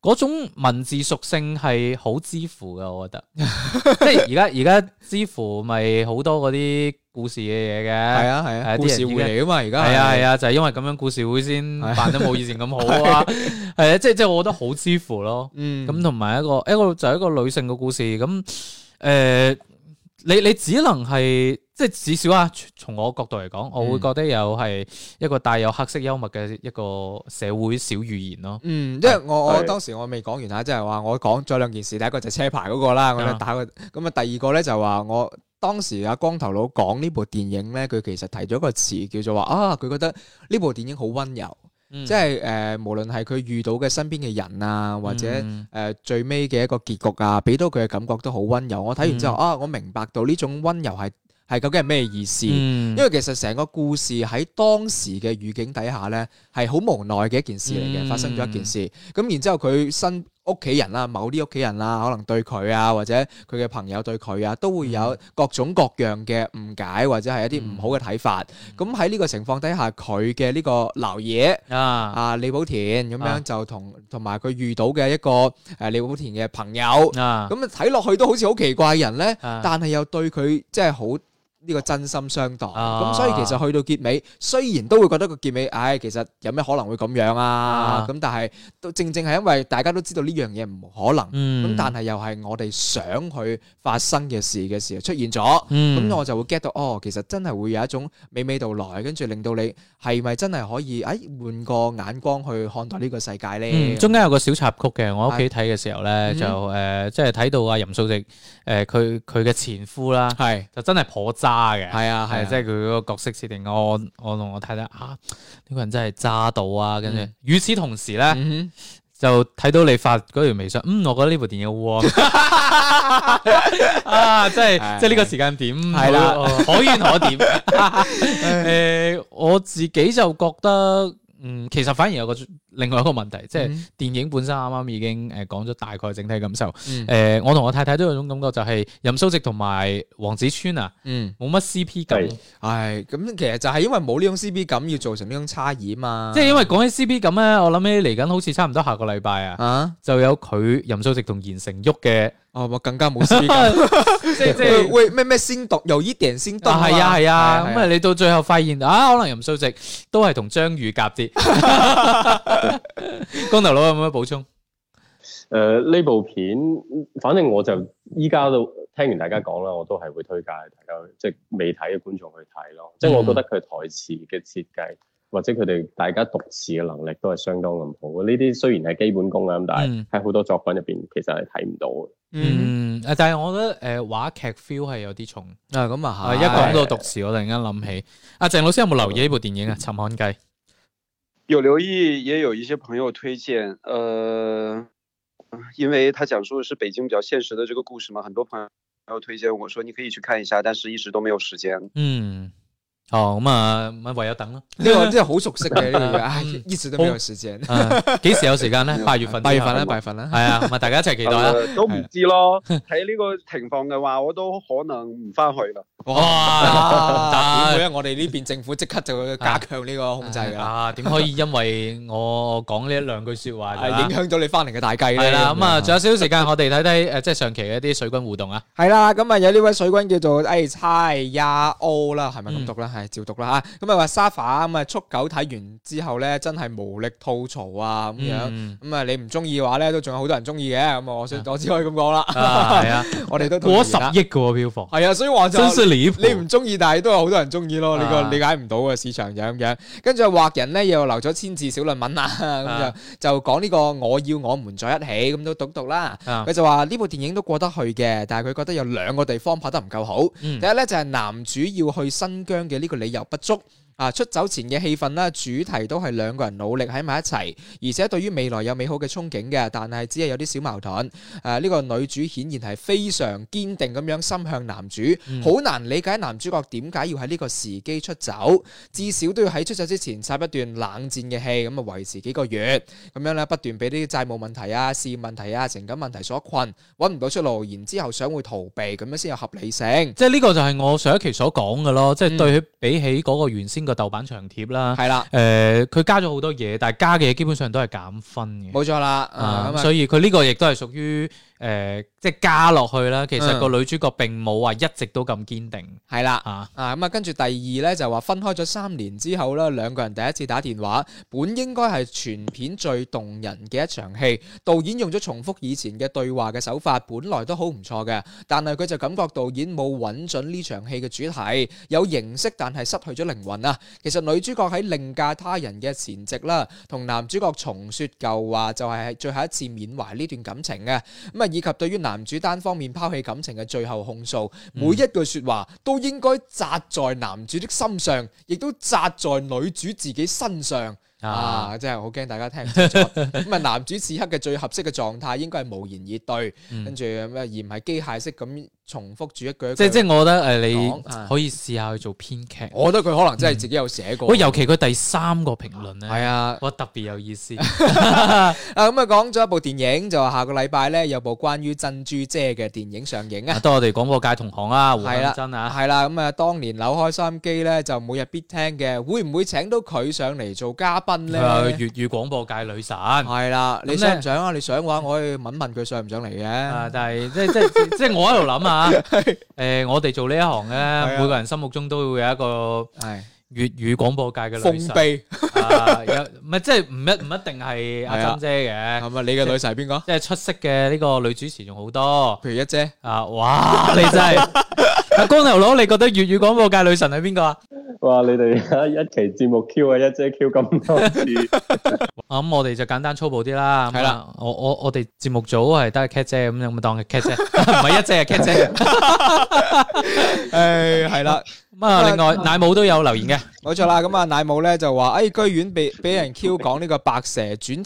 Speaker 3: 嗰種文字屬性係好知乎嘅，我 覺得。即係而家而家知乎咪好多嗰啲故事嘅嘢嘅。
Speaker 4: 係啊係
Speaker 3: 係啊
Speaker 4: 啊，故事
Speaker 3: 啲
Speaker 4: 會
Speaker 3: 人
Speaker 4: 嚟噶嘛，而家
Speaker 3: 係啊係啊，就係因為咁樣故事會先辦得冇以前咁好 啊，係啊，即係即係我覺得好支付咯。
Speaker 4: 嗯，
Speaker 3: 咁同埋一個一個就係一個女性嘅故事，咁誒，你你只能係即係至少啊，從我角度嚟講，我會覺得有係一個帶有黑色幽默嘅一個社會小語言咯。
Speaker 4: 嗯，
Speaker 3: 啊
Speaker 4: 因為我我
Speaker 5: 係
Speaker 4: 當時我未講完啊，即係話我講咗兩件事，第一個就係車牌嗰個啦，我咧
Speaker 3: 啊
Speaker 4: 打個咁啊，第二個咧就話我當時阿光頭佬講呢部電影咧，佢其實提咗一個詞叫做話啊，佢覺得呢部電影好温柔，
Speaker 3: 嗯
Speaker 4: 即係誒、呃，無論係佢遇到嘅身邊嘅人啊，或者誒、
Speaker 3: 嗯
Speaker 4: 呃最尾嘅一個結局啊，俾到佢嘅感覺都好温柔。我睇完之後、
Speaker 3: 嗯
Speaker 4: 啊，我明白到呢種温柔係係究竟係咩意思。
Speaker 3: 嗯
Speaker 4: 因為其實成個故事喺當時嘅語境底下呢，係好無奈嘅一件事嚟
Speaker 3: 嗯
Speaker 4: 嘅，發生咗一件事。咁然之後佢身屋企人啦，啊某啲屋企人啦，可能對佢啊，或者佢嘅朋友對佢啊，都會
Speaker 3: 嗯
Speaker 4: 有各種各樣嘅誤解，或者係一啲唔好嘅睇法。
Speaker 3: 嗯
Speaker 4: 咁喺呢個情況底下，佢嘅呢個流嘢。
Speaker 3: 啊
Speaker 4: 啊，李寶田咁
Speaker 3: 啊
Speaker 4: 樣就同同埋佢遇到嘅一個誒李寶田嘅朋友，
Speaker 3: 啊
Speaker 4: 咁啊睇落去都好似好奇怪嘅人呢。
Speaker 3: 啊
Speaker 4: 但係又對佢即係好呢個真心相待，咁、
Speaker 3: 啊
Speaker 4: 所以其實去到結尾，雖然都會覺得個結尾，唉、其實有咩可能會咁樣
Speaker 3: 啊
Speaker 4: 啊？咁、但係都正正係因為大家都知道呢樣嘢唔可能，咁、
Speaker 3: 嗯
Speaker 4: 但係又係我哋想去發生嘅事嘅時候出現咗。咁、
Speaker 3: 嗯
Speaker 4: 我就會 get 到哦，其實真係會有一種娓娓道來，跟住令到你係咪真係可以誒、哎、換個眼光去看待呢個世界呢？
Speaker 3: 嗯，中間有個小插曲嘅，我喺屋企睇嘅時候咧，
Speaker 4: 嗯
Speaker 3: 就誒、呃即係睇到阿任素汐誒，佢佢嘅前夫啦，
Speaker 4: 係
Speaker 3: 就真係頗渣嘅，
Speaker 4: 係啊係
Speaker 3: 係
Speaker 4: 啊
Speaker 3: 即係佢個角色設定，我我同我太太啊，呢個人真係渣到啊！跟住，與此同時咧，
Speaker 4: 嗯
Speaker 3: 就睇到你發嗰條微信，嗯，我覺得呢部電影好 warm 啊，即係
Speaker 4: 係
Speaker 3: 即係呢個時間點嗯
Speaker 4: 係啦
Speaker 3: 好哦可圈可 點。 誒，我自己就覺得。嗯，其實反而有個另外一個問題，即係
Speaker 4: 嗯
Speaker 3: 電影本身啱啱已經誒講咗大概整體感受。誒、
Speaker 4: 嗯
Speaker 3: 我同我太太都有種感覺，就係任素汐同埋黃子川啊，
Speaker 4: 嗯。
Speaker 3: 冇乜 CP 感。
Speaker 5: 係
Speaker 4: 唉，咁其實就係因為冇呢種 C B 感，要造成呢種差異嘛。
Speaker 3: 即係因為講起 CP 咁咧，我諗起嚟緊好似差唔多下個禮拜啊，
Speaker 4: 啊，
Speaker 3: 就有佢任素汐同言承旭嘅，
Speaker 4: 哦，我更加 冇 C B 感。
Speaker 3: 啊即係即
Speaker 4: 喂
Speaker 3: 係。
Speaker 4: 喂，咩咩先讀，由依點先讀
Speaker 3: 啊，係啊，係啊，咁啊，
Speaker 4: 係
Speaker 3: 你到最後發現啊，可能任素汐都係同張宇夾啲。 光頭佬有冇乜補充？
Speaker 5: 誒呃呢部片，反正我就依家都聽完大家講啦，我都係會推介大家去即係未睇嘅觀眾去睇咯。即係我覺得佢台詞嘅設計或者佢哋大家獨自嘅能力都係相當咁好。呢啲雖然係基本功啊，咁但
Speaker 3: 嗯
Speaker 5: 係喺好多作品入邊其實係睇唔到嘅。
Speaker 3: 嗯，誒但係我覺得誒、呃、話劇 feel 係有啲重。
Speaker 4: 啊咁啊
Speaker 3: 啊！一講到獨時，我突然間諗起阿鄭老師有冇留意呢部電影啊？《尋漢記》
Speaker 6: 有留意，也有一些朋友推荐，呃，因为他讲述的是北京比较现实的这个故事嘛，很多朋友推荐我说你可以去看一下，但是一直都没有时间。
Speaker 3: 嗯，哦咁啊，咪唯有等咯。
Speaker 4: 呢個真係好熟悉嘅 呢個嘢，唉
Speaker 3: 嗯，
Speaker 4: 一直都沒有時間。
Speaker 3: 啊幾時有時間咧？八月份之後，
Speaker 4: 八月份啦，八月份
Speaker 3: 係
Speaker 4: 啦，
Speaker 3: 啊，咁啊，大家一齊期待啦。
Speaker 6: 呃都唔知咯，睇呢個情況嘅話，我都可能唔翻去啦。
Speaker 3: 哇
Speaker 4: 啊！會啊，我哋呢邊政府即刻就會加強呢個控制㗎 啦，
Speaker 3: 啊，點可以因為我講呢一兩句説話就
Speaker 4: 啊影響到你翻嚟嘅大計咧。嗯
Speaker 3: 係啦？咁啊，仲有少少時間，我哋睇睇誒，即係上期嘅一啲水軍互動啊。
Speaker 4: 系啦，咁啊有呢位水軍叫做誒猜呀 O 啦，係咪咁讀啦？
Speaker 3: 嗯
Speaker 4: 係照讀啦嚇。咁啊話沙發咁啊，速狗睇完之後咧，真係無力吐槽啊咁樣。
Speaker 3: 嗯
Speaker 4: 咁啊，你唔中意嘅話咧，都仲有好多人中意嘅。咁啊，我想我只可以咁 講啦。
Speaker 3: 啊，係啊，
Speaker 4: 我哋都同
Speaker 3: 過
Speaker 4: 意
Speaker 3: 十
Speaker 4: 啦
Speaker 3: 億嘅喎票房，
Speaker 4: 係啊，所以話就
Speaker 3: 真是離
Speaker 4: 你
Speaker 3: 譜。
Speaker 4: 唔中意，但係都有好多人中意咯。你個
Speaker 3: 啊
Speaker 4: 理解唔到嘅市場就係咁樣。跟住畫人咧又留咗千字小論文啊，咁
Speaker 3: 啊
Speaker 4: 就就講呢個我要我們在一起咁都讀讀啦。
Speaker 3: 啊
Speaker 4: 佢就話呢部電影都過得去嘅，但係佢覺得有兩個地方拍得唔夠好。
Speaker 3: 嗯
Speaker 4: 第一咧就係男主要去新疆嘅呢個理由不足。啊！出走前嘅氣氛啦，主題都係兩個人努力喺埋一齊，而且對於未來有美好嘅憧憬嘅，但係只係有啲小矛盾。誒、呢、個女主顯然係非常堅定咁樣心向男主，
Speaker 3: 嗯
Speaker 4: 好、難理解男主角點解要喺呢個時機出走，至少都要喺出走之前插一段冷戰嘅戲，咁啊維持幾個月，咁樣咧不斷俾呢啲債務問題啊、事業問題啊、情感問題所困，揾唔到出路，然之後想會逃避，咁樣先有合理性。
Speaker 3: 即係呢個就係我上一期所講嘅咯，即
Speaker 4: 嗯
Speaker 3: 係對佢比起嗰個原先個豆瓣長貼啦，
Speaker 4: 係啦。
Speaker 3: 誒佢加咗好多嘢，但係加嘅嘢基本上都係減分嘅。
Speaker 4: 冇錯啦，啊
Speaker 3: 啊，
Speaker 4: 咁啊，
Speaker 3: 所以佢呢個亦都係屬於誒，即係加落去啦。其實個女主角並冇話一直都咁堅定
Speaker 4: 嗯係啦。
Speaker 3: 啊。
Speaker 4: 啊，咁啊，跟住第二咧就話分開咗三年之後啦，兩個人第一次打電話，本應該係全片最動人嘅一場戲。導演用咗重複以前嘅對話嘅手法，本來都好唔錯嘅，但係佢就感覺導演冇揾準呢場戲嘅主題，有形式但係失去咗靈魂啊。其實女主角喺凌駕他人嘅前夕啦，同男主角重説舊話，就係最後一次緬懷呢段感情嘅。咁啊，以及對於男主單方面拋棄感情嘅最後控訴，每一句説話都應該扎在男主的心上，亦都扎在女主自己身上。
Speaker 3: 啊
Speaker 4: 啊！真係好驚大家聽唔清楚。 咁啊，男主此刻嘅最合適嘅狀態應該係無言以對，
Speaker 3: 嗯
Speaker 4: 跟住咁啊，而唔係機械式咁重複住一句一句。
Speaker 3: 即即係我覺得誒，呃
Speaker 4: 講啊
Speaker 3: 你可以試下去做編劇。
Speaker 4: 我覺得佢可能真係自己有寫過。
Speaker 3: 喂，尤其佢第三個評論
Speaker 4: 係
Speaker 3: 咧，
Speaker 4: 啊，
Speaker 3: 哇特別有意 思。
Speaker 4: 啊咁啊，講咗一部電影，就話下個禮拜咧有部關於珍珠姐嘅電影上映啊。
Speaker 3: 多我哋廣播界同行啊，胡
Speaker 4: 係啦
Speaker 3: 杏真啊，
Speaker 4: 系啦，咁啊，當年扭開收音機咧，就每日必聽嘅，會唔會請到佢上嚟做嘉賓
Speaker 3: 佢係
Speaker 4: 咧？
Speaker 3: 粵語廣播界女神。啊，
Speaker 4: 啊係啦，你
Speaker 3: 咁
Speaker 4: 想唔
Speaker 3: 呢
Speaker 4: 想啊？你想嘅話，我可以問問佢想唔想嚟嘅。
Speaker 3: 啊但係即即即即我喺度諗 啊，誒我哋做呢一行
Speaker 4: 啊
Speaker 3: 咧，每個人心目中都會有一個。
Speaker 4: 係
Speaker 3: 粵語廣播界嘅
Speaker 4: 封
Speaker 3: 女神
Speaker 4: 秘
Speaker 3: 啊，有唔係即係唔一唔一定係
Speaker 4: 係啊
Speaker 3: 阿珍姐嘅，
Speaker 4: 係咪？你嘅女神係邊個？
Speaker 3: 即係出色嘅呢個女主持仲好多
Speaker 4: 譬如一姐，
Speaker 3: 啊！哇，你真係 阿光頭佬，你覺得粵語廣播界女神係邊個啊？
Speaker 5: 哇！你哋一期節目 Q 啊，一姐 Q 咁多次。
Speaker 3: 啊咁我哋就簡單粗暴啲啦。
Speaker 4: 係
Speaker 3: 係
Speaker 4: 啦
Speaker 3: 啦，我我我哋節目組係得 cat 姐咁樣，咁當佢 cat 姐， 唔係一姐係 cat 姐。
Speaker 4: 啊誒係啦，
Speaker 3: 咁啊，另外奶母都有留言嘅，
Speaker 4: 冇錯啦。咁啊，奶母咧就話：，誒，居然被俾人 Q 講呢個《白蛇轉情》，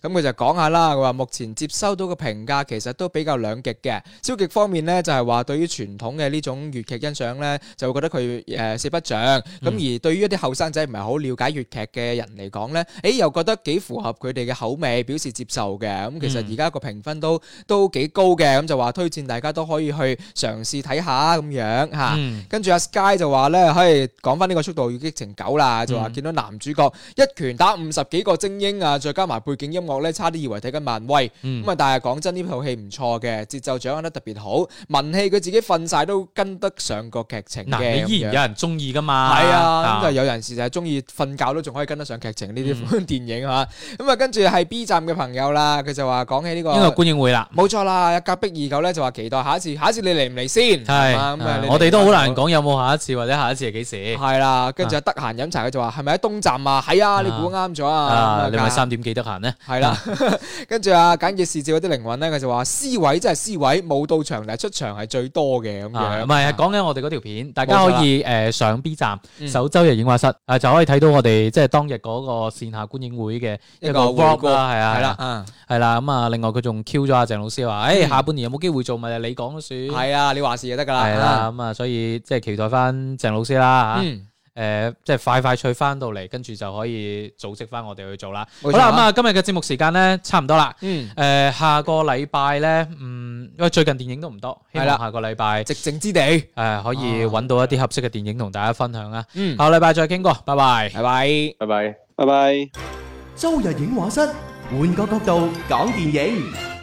Speaker 4: 咁佢就講下啦。佢話目前接收到嘅評價其實都比較兩極嘅。消極方面咧，就係話對於傳統嘅呢種粵劇欣賞咧，就會覺得佢誒四不像。咁、
Speaker 3: 嗯
Speaker 4: 而對於一啲後生仔唔係好了解粵劇嘅人嚟講咧，誒又覺得幾符合佢哋嘅口味，表示接受嘅。咁其實而家個評分都都幾高嘅，咁就話推薦大家都可以去嘗試睇下咁樣嚇。
Speaker 3: 嗯
Speaker 4: 跟住阿 Sky 就話咧，嘿，講翻呢個速度與激情九啦，就話
Speaker 3: 嗯
Speaker 4: 見到男主角一拳打五十幾個精英啊，再加埋背景音樂咧，差啲以為睇緊漫威。
Speaker 3: 嗯
Speaker 4: 咁啊，但係講真，呢套戲唔錯嘅，節奏掌握得特別好，文戲佢自己瞓晒都跟得上個劇情嘅
Speaker 3: 嗱，
Speaker 4: 咁
Speaker 3: 你依然
Speaker 4: 樣。
Speaker 3: 有人中意噶嘛？
Speaker 4: 係啊，咁就有人士就係中意瞓覺都仲可以跟得上劇情呢啲電影嚇。咁啊，跟住係 B 站嘅朋友啦，佢就話講起呢個
Speaker 3: 呢個觀影會啦。
Speaker 4: 冇錯啦，隔壁二狗咧就話期待下一次，下一次你嚟唔嚟先？
Speaker 3: 係
Speaker 4: 係嘛咁啊
Speaker 3: 啊
Speaker 4: 你嚟啊
Speaker 3: 我哋都好
Speaker 4: 啦
Speaker 3: 難講有冇下下一次或者下一次係幾時？
Speaker 4: 系啦，跟
Speaker 3: 啊
Speaker 4: 住就得閒飲茶，佢就話係咪喺東站啊？係啊，你估啱咗啊！
Speaker 3: 啊，你咪三點幾得閒呢？
Speaker 4: 系啦， 跟住啊，簡潔視照嗰啲靈魂咧，佢就話思維真係思維，冇到場但係出場係最多嘅咁
Speaker 3: 啊
Speaker 4: 樣。
Speaker 3: 唔係係講緊我哋嗰條片，大家可以誒上 B 站
Speaker 4: 嗯
Speaker 3: 首周日影畫室啊，就可以睇到我哋即係當日嗰個線下觀影會嘅一個
Speaker 4: 一個回
Speaker 3: vlog
Speaker 4: 顧
Speaker 3: 啦，係啊，
Speaker 4: 係
Speaker 3: 係
Speaker 4: 啦
Speaker 3: 啦，，
Speaker 4: 嗯，
Speaker 3: 係啦。咁啊，另外佢仲 Q 咗阿鄭老師話：，誒下半年有冇機會做咪你講算？
Speaker 4: 係啊，你話事就得㗎啦。
Speaker 3: 係啦，咁啊，所以即係期待翻鄭老師啦
Speaker 4: 啊，
Speaker 3: 嚇。
Speaker 4: 嗯，
Speaker 3: 誒、即係快快脆翻到嚟，跟住就可以組織翻我哋去做啦。好
Speaker 4: 冇錯
Speaker 3: 啦，咁
Speaker 4: 啊
Speaker 3: 啊，今日嘅節目時間咧差唔多啦。
Speaker 4: 嗯
Speaker 3: 誒、，下個禮拜咧，嗯，因為最近電影都唔多，希
Speaker 4: 係啦
Speaker 3: 望下個禮拜誒
Speaker 4: 寂靜之地，
Speaker 3: 呃可以揾到一啲合適嘅電影同大家分享啊。
Speaker 4: 嗯，
Speaker 3: 下個禮拜再傾過，拜拜。
Speaker 4: 拜拜。
Speaker 5: 拜拜。
Speaker 6: 拜拜。
Speaker 7: 周日影畫室，換個角度講電影。